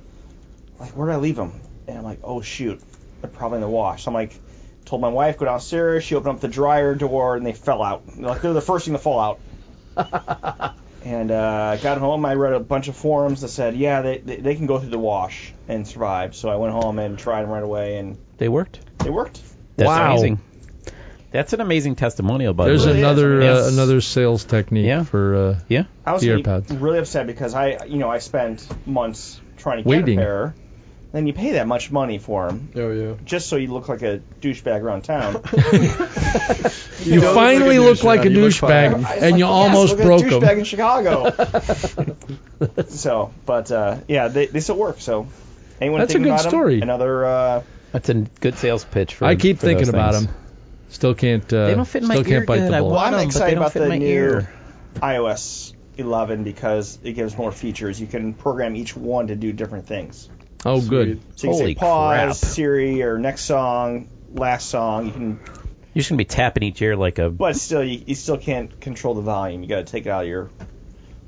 B: Like, where did I leave them? And I'm like, oh shoot, they're probably in the wash. So I'm like, told my wife go downstairs. She opened up the dryer door, and they fell out. Like they're the first thing to fall out. and uh, I got home. I read a bunch of forums that said, yeah, they, they they can go through the wash and survive. So I went home and tried them right away, and
A: They worked.
B: they worked.
A: That's
D: Wow.
A: amazing. That's an amazing testimonial, buddy.
D: There's
B: really is.
D: another
B: Yes.
D: uh, another sales technique
A: Yeah.
D: for uh,
A: yeah.
B: I was
D: The
B: really-
D: AirPods.
B: really upset because I, you know, I spent months trying to
D: Waiting.
B: get a pair. Then you pay that much money for them
C: Oh yeah.
B: just so you look like a douchebag
A: (laughs)
B: around town.
D: You,
C: don't
D: finally look like a
C: you look
D: douchebag,
C: fine.
D: and you almost
B: look
D: broke
B: like a douchebag
D: him.
B: in
A: (laughs)
B: Chicago. so, but uh, yeah, they, they still work. So, anyone
D: That's a
B: thinking
D: good
B: about 'em?
D: story.
B: Another uh,
A: That's a good sales pitch for.
D: I keep
A: for those
D: thinking about
A: things.
D: him. Still can't. Uh,
A: They don't fit in my
D: still
A: ear
D: can't bite
A: good. I
D: the bullet.
A: want
B: I'm
A: them, but they
B: excited
A: don't
B: about
A: fit
B: the
A: in my
B: new
A: ear.
B: iOS 11 because it gives more features. You can program each one to do different things.
D: Oh, good.
B: So you can
A: Holy
B: say pause,
A: crap.
B: Siri, or next song, last song. You can
A: You're just gonna be tapping each ear like a.
B: But still, you, you still can't control the volume. You got to take it out of your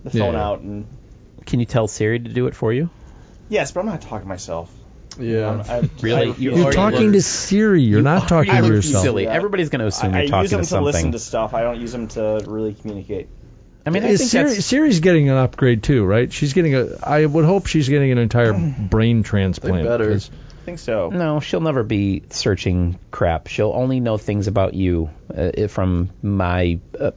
B: the
D: Yeah,
B: phone
D: yeah.
B: out and
A: Can you tell Siri to do it for you?
B: yes, but I'm not talking to myself.
C: Yeah.
B: I,
A: (laughs) Really?
B: I,
A: You
D: You're
A: already
D: talking
A: look-
D: to Siri. You're not talking
A: I
D: to
A: look
D: yourself.
A: Oh, Silly.
B: Yeah.
A: Everybody's gonna assume
B: I,
A: you're
B: I
A: talking
B: use them
A: to
B: to, listen
A: something.
B: to stuff. I don't use them to really communicate.
A: I mean, I think
D: Is Siri,
A: that's-
D: Siri's getting an
A: Mm.
D: upgrade too, right? She's getting a. I would hope she's getting an entire brain transplant.
C: better.
D: 'cause
B: think so.
A: No, she'll never be searching crap. She'll only know things about you uh, i- from my uh,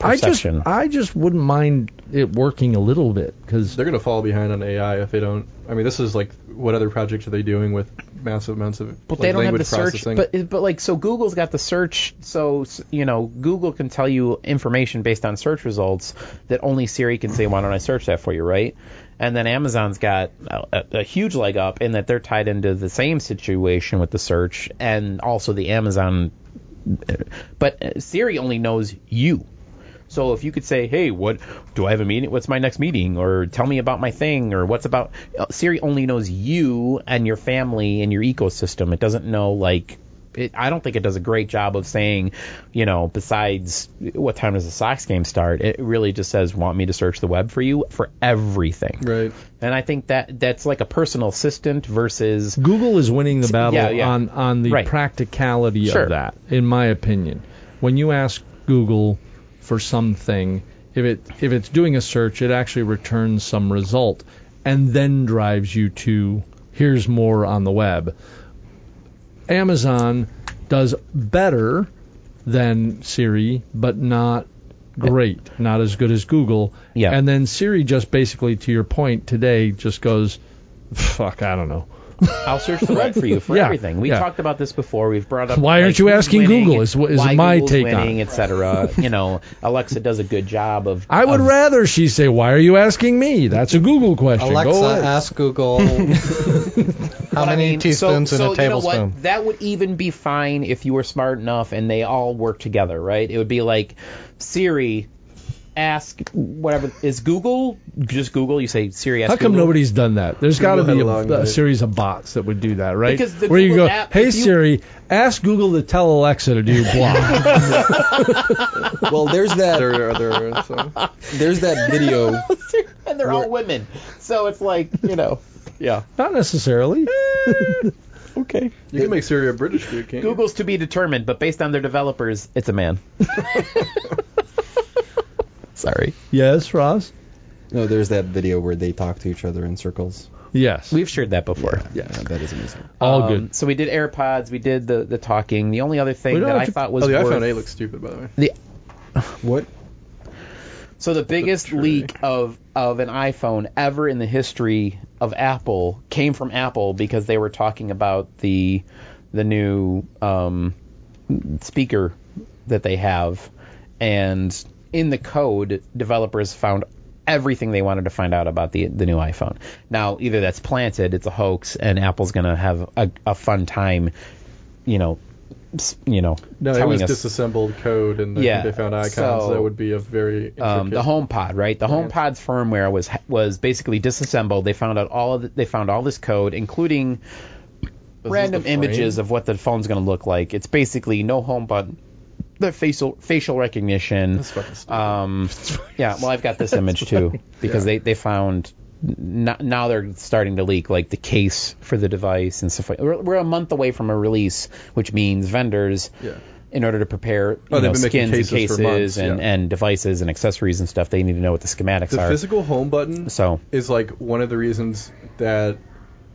D: I just,
A: perception.
D: I just wouldn't mind it working a little bit because
C: They're gonna fall behind on AI if they don't. I mean, this is like what other projects are they doing with massive amounts of
A: but
C: like,
A: they don't have
C: language
A: the search.
C: processing?
A: But but like so, Google's got the search. So s- you know, Google can tell you information based on search results that only Siri can say. Why don't I search that for you, right? And then Amazon's got a, a, a huge leg up in that they're tied into the same situation with the search and also the Amazon. But uh, Siri only knows you. So if you could say, "Hey, what do I have a meeting? What's my next meeting?" or "Tell me about my thing," or "What's about," uh, Siri only knows you and your family and your ecosystem. It doesn't know like. It, I don't think it does a great job of saying, you know, besides uh, what time does the Sox game start. It really just says, "Want me to search the web for you for everything."
C: right.
A: And I think that that's like a personal assistant versus
D: Google is winning the battle
A: yeah, yeah.
D: on on the
A: Right.
D: practicality
A: Sure.
D: of that, in my opinion. When you ask Google for something, if it if it's doing a search, it actually returns some result and then drives you to here's more on the web. Amazon does better than Siri, but not great, not as good as Google.
A: Yeah.
D: And then Siri just basically, to your point today, just goes, fuck, I don't know.
A: I'll search the web for you for
D: (laughs) Yeah,
A: everything. We
D: yeah.
A: talked about this before. We've brought up
D: Why aren't you
A: who's
D: asking
A: winning,
D: Google is what- is
A: why
D: my
A: Google's
D: take on
A: winning,
D: it. (laughs)
A: etc. you know, Alexa does a good job of.
D: I would
A: of-
D: rather she say, "Why are you asking me?" That's a Google question. Go
G: Alexa,
D: away.
C: (laughs)
G: ask Google how
A: But I
G: many
A: mean, so-
G: teaspoons
A: so
G: in a
A: you know
G: tablespoon.
A: what? That would even be fine if you were smart enough and they all work together, right? It would be like Siri. Ask whatever is Google. Just Google. You say Siri. Ask
D: How come
A: Google.
D: nobody's done that? There's got to
C: Google
D: be
C: had
D: a,
C: a long
D: a
C: night.
D: series of bots that would do that, right?
A: Because the
D: Where you
A: Google
D: go,
A: app,
D: "Hey
A: if you-
D: Siri, ask Google to tell Alexa to do blah."
F: Well, there's that
C: There are other. So.
F: there's that video.
A: (laughs) and they're all women, so it's like you know. Yeah.
D: Not necessarily. (laughs)
A: Okay.
C: (laughs) You can make Siri a British dude, can't you?
A: Google's to be determined, but based on their developers, it's a man. Sorry.
D: yes, Ross.
F: No, there's that video where they talk to each other in circles.
D: Yes.
A: We've shared that before.
F: Yeah, that is amazing.
D: All
A: Um,
D: good.
A: So we did AirPods, we did the, the talking. The only other
D: We
A: thing
D: don't
A: that
D: have
A: I
D: to-
A: thought was
C: Oh, the
A: worth,
C: iPhone 8 looks stupid, by the way.
F: What?
A: so the biggest
C: tray.
A: leak of of an iPhone ever in the history of Apple came from Apple because they were talking about the the new um, speaker that they have, and in the code, developers found everything they wanted to find out about the the new iPhone. Now, either that's planted, it's a hoax, and Apple's gonna have a, a fun time, you know, s- you know,
C: No, it
A: telling
C: was
A: us
C: disassembled code, and I think
A: Yeah,
C: they found icons
A: so,
C: that would be a very intricate.
A: um, the HomePod, right? The HomePod's firmware was was basically disassembled. They found out all of the, they found all this code, including random
C: the frame?
A: images of what the phone's going to look like. It's basically no home button, the facial facial recognition.
C: fucking stupid. (laughs)
A: um, yeah, well, I've got this image too because they they found. n- Now they're starting to leak like the case for the device and stuff. Like, we're, we're a month away from a release, which means vendors
C: Yeah.
A: in order to prepare you
C: Oh, they've
A: know,
C: been making
A: skins and
C: cases
A: cases
C: for months,
A: and,
C: yeah.
A: and devices and accessories and stuff. They need to know what the schematics
C: the
A: are.
C: physical home button
A: so
C: is like one of the reasons that,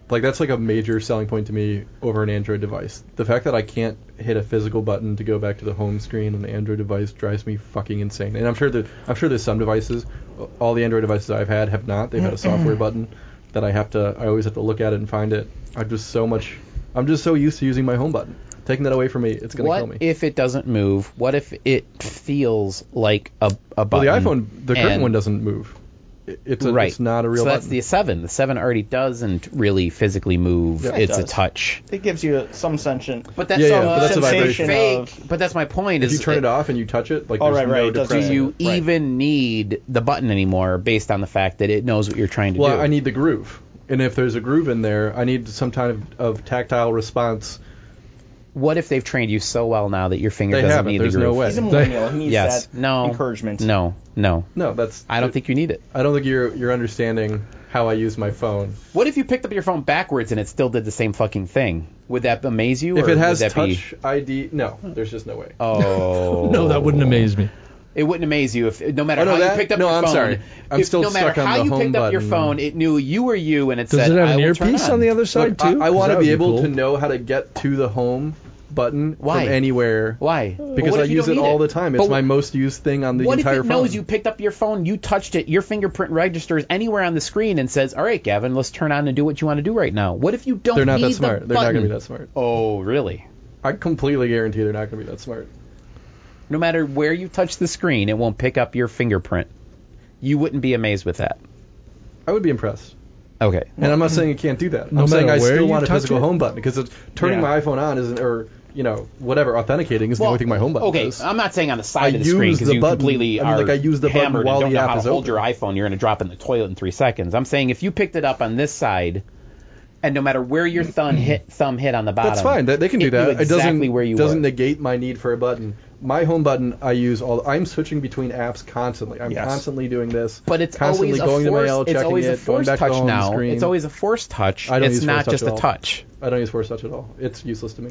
C: like, that's like a major selling point to me over an Android device. The fact that I can't hit a physical button to go back to the home screen on an Android device drives me fucking insane. And I'm sure that I'm sure there's some devices, all the Android devices I've had have not. They've had a software button that I have to, I always have to look at it and find it. I'm just so much, I'm just so used to using my home button. Taking that away from me, it's gonna
A: what
C: kill me.
A: if it doesn't move? What if it feels like a, a
C: Well,
A: button?
C: the iPhone, the current
A: and-
C: one doesn't move. It- It's a,
A: right.
C: it's not a real
A: So that's
C: button.
A: the seven. The seven already doesn't really physically move.
C: Yeah, it
A: it's a
B: does.
A: touch.
B: It gives you some sentient.
A: But that's
C: Yeah,
A: so
C: yeah, but that's a
A: much
C: vibration.
A: fake. But that's my point.
C: if
A: is
C: you turn it, off and you touch it, like
B: Oh,
C: there's
B: right, right,
C: no
B: it does
A: Do
C: depressing.
B: Right,
A: you
B: right.
A: even need the button anymore based on the fact that it knows what you're trying to
C: Well,
A: do?
C: I need the groove, and if there's a groove in there, I need some kind of, of tactile response.
A: what if they've trained you so well now that your finger
C: They
A: doesn't
C: haven't.
A: need
C: There's
A: the
C: no
A: groove?
C: way.
B: He's a millennial. He needs
A: Yes.
B: that
A: No.
B: encouragement.
A: No. No.
C: No, that's.
A: I don't think you need it.
C: I don't think you're you're understanding how I use my phone.
A: What if you picked up your phone backwards and it still did the same fucking thing? Would that amaze you?
C: If
A: or
C: it has
A: would that
C: touch ID, (laughs) no, there's just no way.
A: be, oh
D: No, that wouldn't amaze me.
A: It wouldn't amaze you if, no matter
C: Oh, no,
A: how
C: that-
A: you picked up
C: no,
A: your
C: I'm
A: phone.
C: sorry. I'm
A: if-
C: still
A: no matter
C: stuck on
A: how
C: the
A: you
C: home
A: picked up your
C: button.
A: phone, it knew you were you, and it
D: Does
A: said,
D: it have
A: "I
D: an
A: will turn
D: earpiece on.
A: on
D: the other side
C: Look,
D: too?
C: I, I want to
D: That would
C: be able
D: cool.
C: to know how to get to the home button
A: Why?
C: from anywhere.
A: Why?
C: Because
A: What
C: I
A: if you
C: use
A: don't
C: it
A: need
C: all the time. It's
A: But
C: my most used thing on the
A: what if
C: entire
A: it
C: phone.
A: knows you picked up your phone, you touched it, your fingerprint registers anywhere on the screen and says, "All right, Gavin, let's turn on and do what you want to do right now." What if you don't?
C: They're not
A: need
C: that smart.
A: The
C: They're not going to be
A: button?
C: that smart.
A: Oh, really?
C: I completely guarantee they're not going to be that smart.
A: No matter where you touch the screen, it won't pick up your fingerprint. You wouldn't be amazed with that.
C: I would be impressed.
A: Okay.
C: And I'm not saying it can't do that.
D: No
C: I'm saying
D: matter
C: I
D: where
C: still
D: you
C: want a
D: touch
C: physical
D: it?
C: home button because it's, turning
A: Yeah.
C: my iPhone on isn't, or you know, whatever, authenticating is the only thing my home button
A: okay,
C: does.
A: I'm not saying on the
C: I
A: side of the screen
C: use
A: because
C: the
A: you
C: button-
A: completely
C: I mean,
A: are
C: like, I use the button
A: hammered
C: while
A: and don't
C: the
A: know
C: app
A: how to
C: is
A: hold
C: open.
A: your iPhone. You're going to drop in the toilet in three seconds. I'm saying if you picked it up on this side, and no matter where your thumb hit, thumb hit on the bottom,
C: That's fine. That, they can
A: it
C: do
A: knew
C: that. it
A: Exactly
C: doesn't
A: where you
C: doesn't
A: were.
C: negate my need for a button. My home button I use all. I'm switching between apps constantly. I'm
B: Yes.
C: constantly doing this.
A: But it's
C: constantly
A: always
C: going
A: a
C: to
A: force,
C: mail,
A: it's
C: checking
A: always
C: it,
A: a
C: going
A: force
C: back
A: touch
C: to the home
A: now.
C: screen.
A: It's always a force touch.
C: I don't
A: it's
C: use
A: not
C: force touch
A: just
C: at
A: a
C: all.
A: touch.
C: I don't use force touch at all. It's useless to me.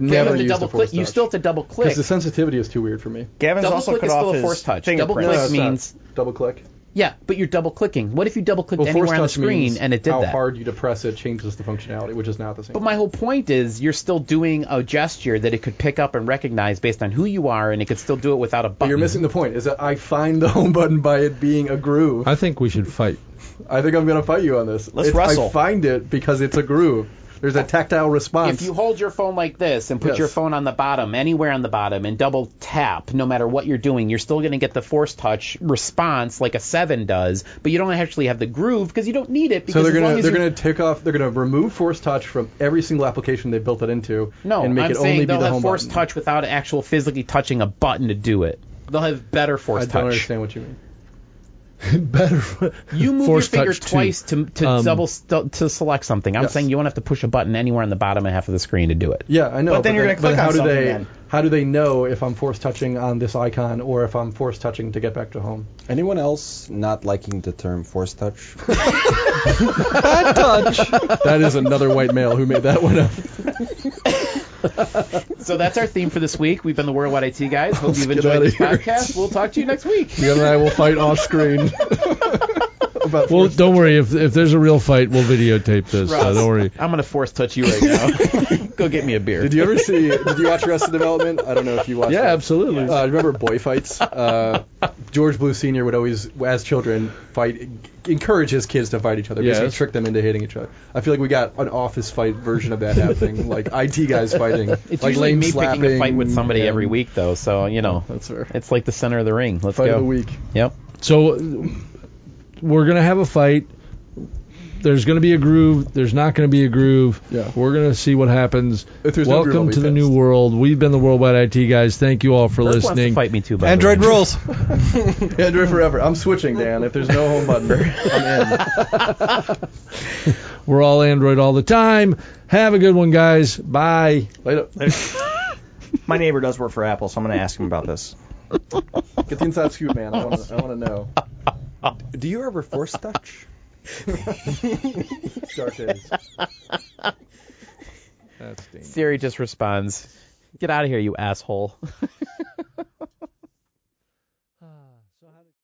A: But you
C: never
A: have to
C: used
A: double
C: a force
A: click. You
C: touch.
A: still have to double click.
C: Because the sensitivity is too weird for me.
B: Gavin's
A: Double
B: also
A: click
B: cut
A: is still
B: off
A: a
B: his
A: force touch. Double
B: fingerprint.
A: click
C: it's not.
A: means-
C: double click.
A: Yeah, but you're double clicking. What if you double clicked
C: Well, force
A: anywhere on the
C: touch
A: screen
C: means
A: and it did
C: how
A: that?
C: hard you depress it changes the functionality, which is not the same.
A: But my whole point is you're still doing a gesture that it could pick up and recognize based on who you are, and it could still do it without a
C: But
A: button.
C: you're missing the point. Is that I find the (laughs) home button by it being a groove.
D: I think we should fight.
C: I think I'm gonna fight you on this.
B: Let's
C: It's- I
B: wrestle.
C: find it because it's a groove. There's a tactile response.
A: if you hold your phone like this and put
C: Yes.
A: your phone on the bottom, anywhere on the bottom, and double tap, no matter what you're doing, you're still going to get the force touch response like a seven does, but you don't actually have the groove because you don't need it.
C: so
A: Because
C: they're
A: as long
C: gonna
A: as
C: they're
A: you're-
C: gonna take off they're gonna remove force touch from every single application they built it into
A: No,
C: and make
A: I'm
C: it
A: saying
C: only be
A: they'll
C: the
A: have
C: home
A: force
C: button.
A: touch without actual physically touching a button to do it. They'll have better force
C: I
A: touch.
C: don't understand what you mean.
D: Better.
A: You move
D: force
A: your finger
D: touch too.
A: twice to to
D: Um,
A: double st- to select something. I'm
C: Yes.
A: saying you won't have to push a button anywhere on the bottom half of the screen to do it.
C: Yeah, I know.
B: But then you're gonna click
C: how
B: on
C: do
B: something
C: they
B: then.
C: how do they know if I'm force touching on this icon or if I'm force touching to get back to home?
F: Anyone else not liking the term force touch?
C: that is another white male who made that one up.
A: So that's our theme for this week. We've been the Worldwide IT guys. Hope you've
C: get
A: enjoyed
C: outta
A: this
C: here.
A: podcast. We'll talk to you next week.
C: You and I will fight off screen. About
D: Well, don't worry. If if there's a real fight, we'll videotape this. So
A: Russ.
D: don't worry.
A: I'm gonna force touch you right now. (laughs) Go get me a beer.
C: (laughs) Did you ever see? Did you watch Arrested Development? I don't know if you watched.
D: Yeah,
C: that.
D: absolutely.
C: Uh, remember boy fights? Uh, George Blue Senior would always, as children, fight, encourage his kids to fight each other, basically
D: Yes.
C: trick them into hating each other. I feel like we got an office fight version of that (laughs) happening, like IT guys fighting,
A: It's
C: like
A: usually
C: lame
A: me
C: slapping,
A: picking a fight with somebody
C: and
A: every week, though. So you know,
C: That's fair.
A: it's like the center of the ring. Let's
C: Fight
A: go.
C: of the week.
A: Yep.
D: So uh, we're gonna have a fight. There's gonna be a groove. There's not gonna be a groove.
C: Yeah.
D: We're gonna see what happens.
C: If there's no
D: Welcome
C: groove, I'll be
D: to the new
C: pissed.
D: world. We've been the worldwide IT guys. Thank you all for
A: Earth wants to
D: listening.
A: fight me too. By the
G: Android
A: way.
G: rules.
C: (laughs) Android forever. I'm switching, Dan. If there's no home button, I'm in.
D: We're all Android all the time. Have a good one, guys. Bye.
C: Later.
B: uh, My neighbor does work for Apple, so I'm going to ask him about this.
C: Get the inside scoop, man. I want to. I want to know.
F: do you ever force touch?
C: Dark days.
D: That's dangerous.
A: Siri just responds, "Get out of here, you asshole."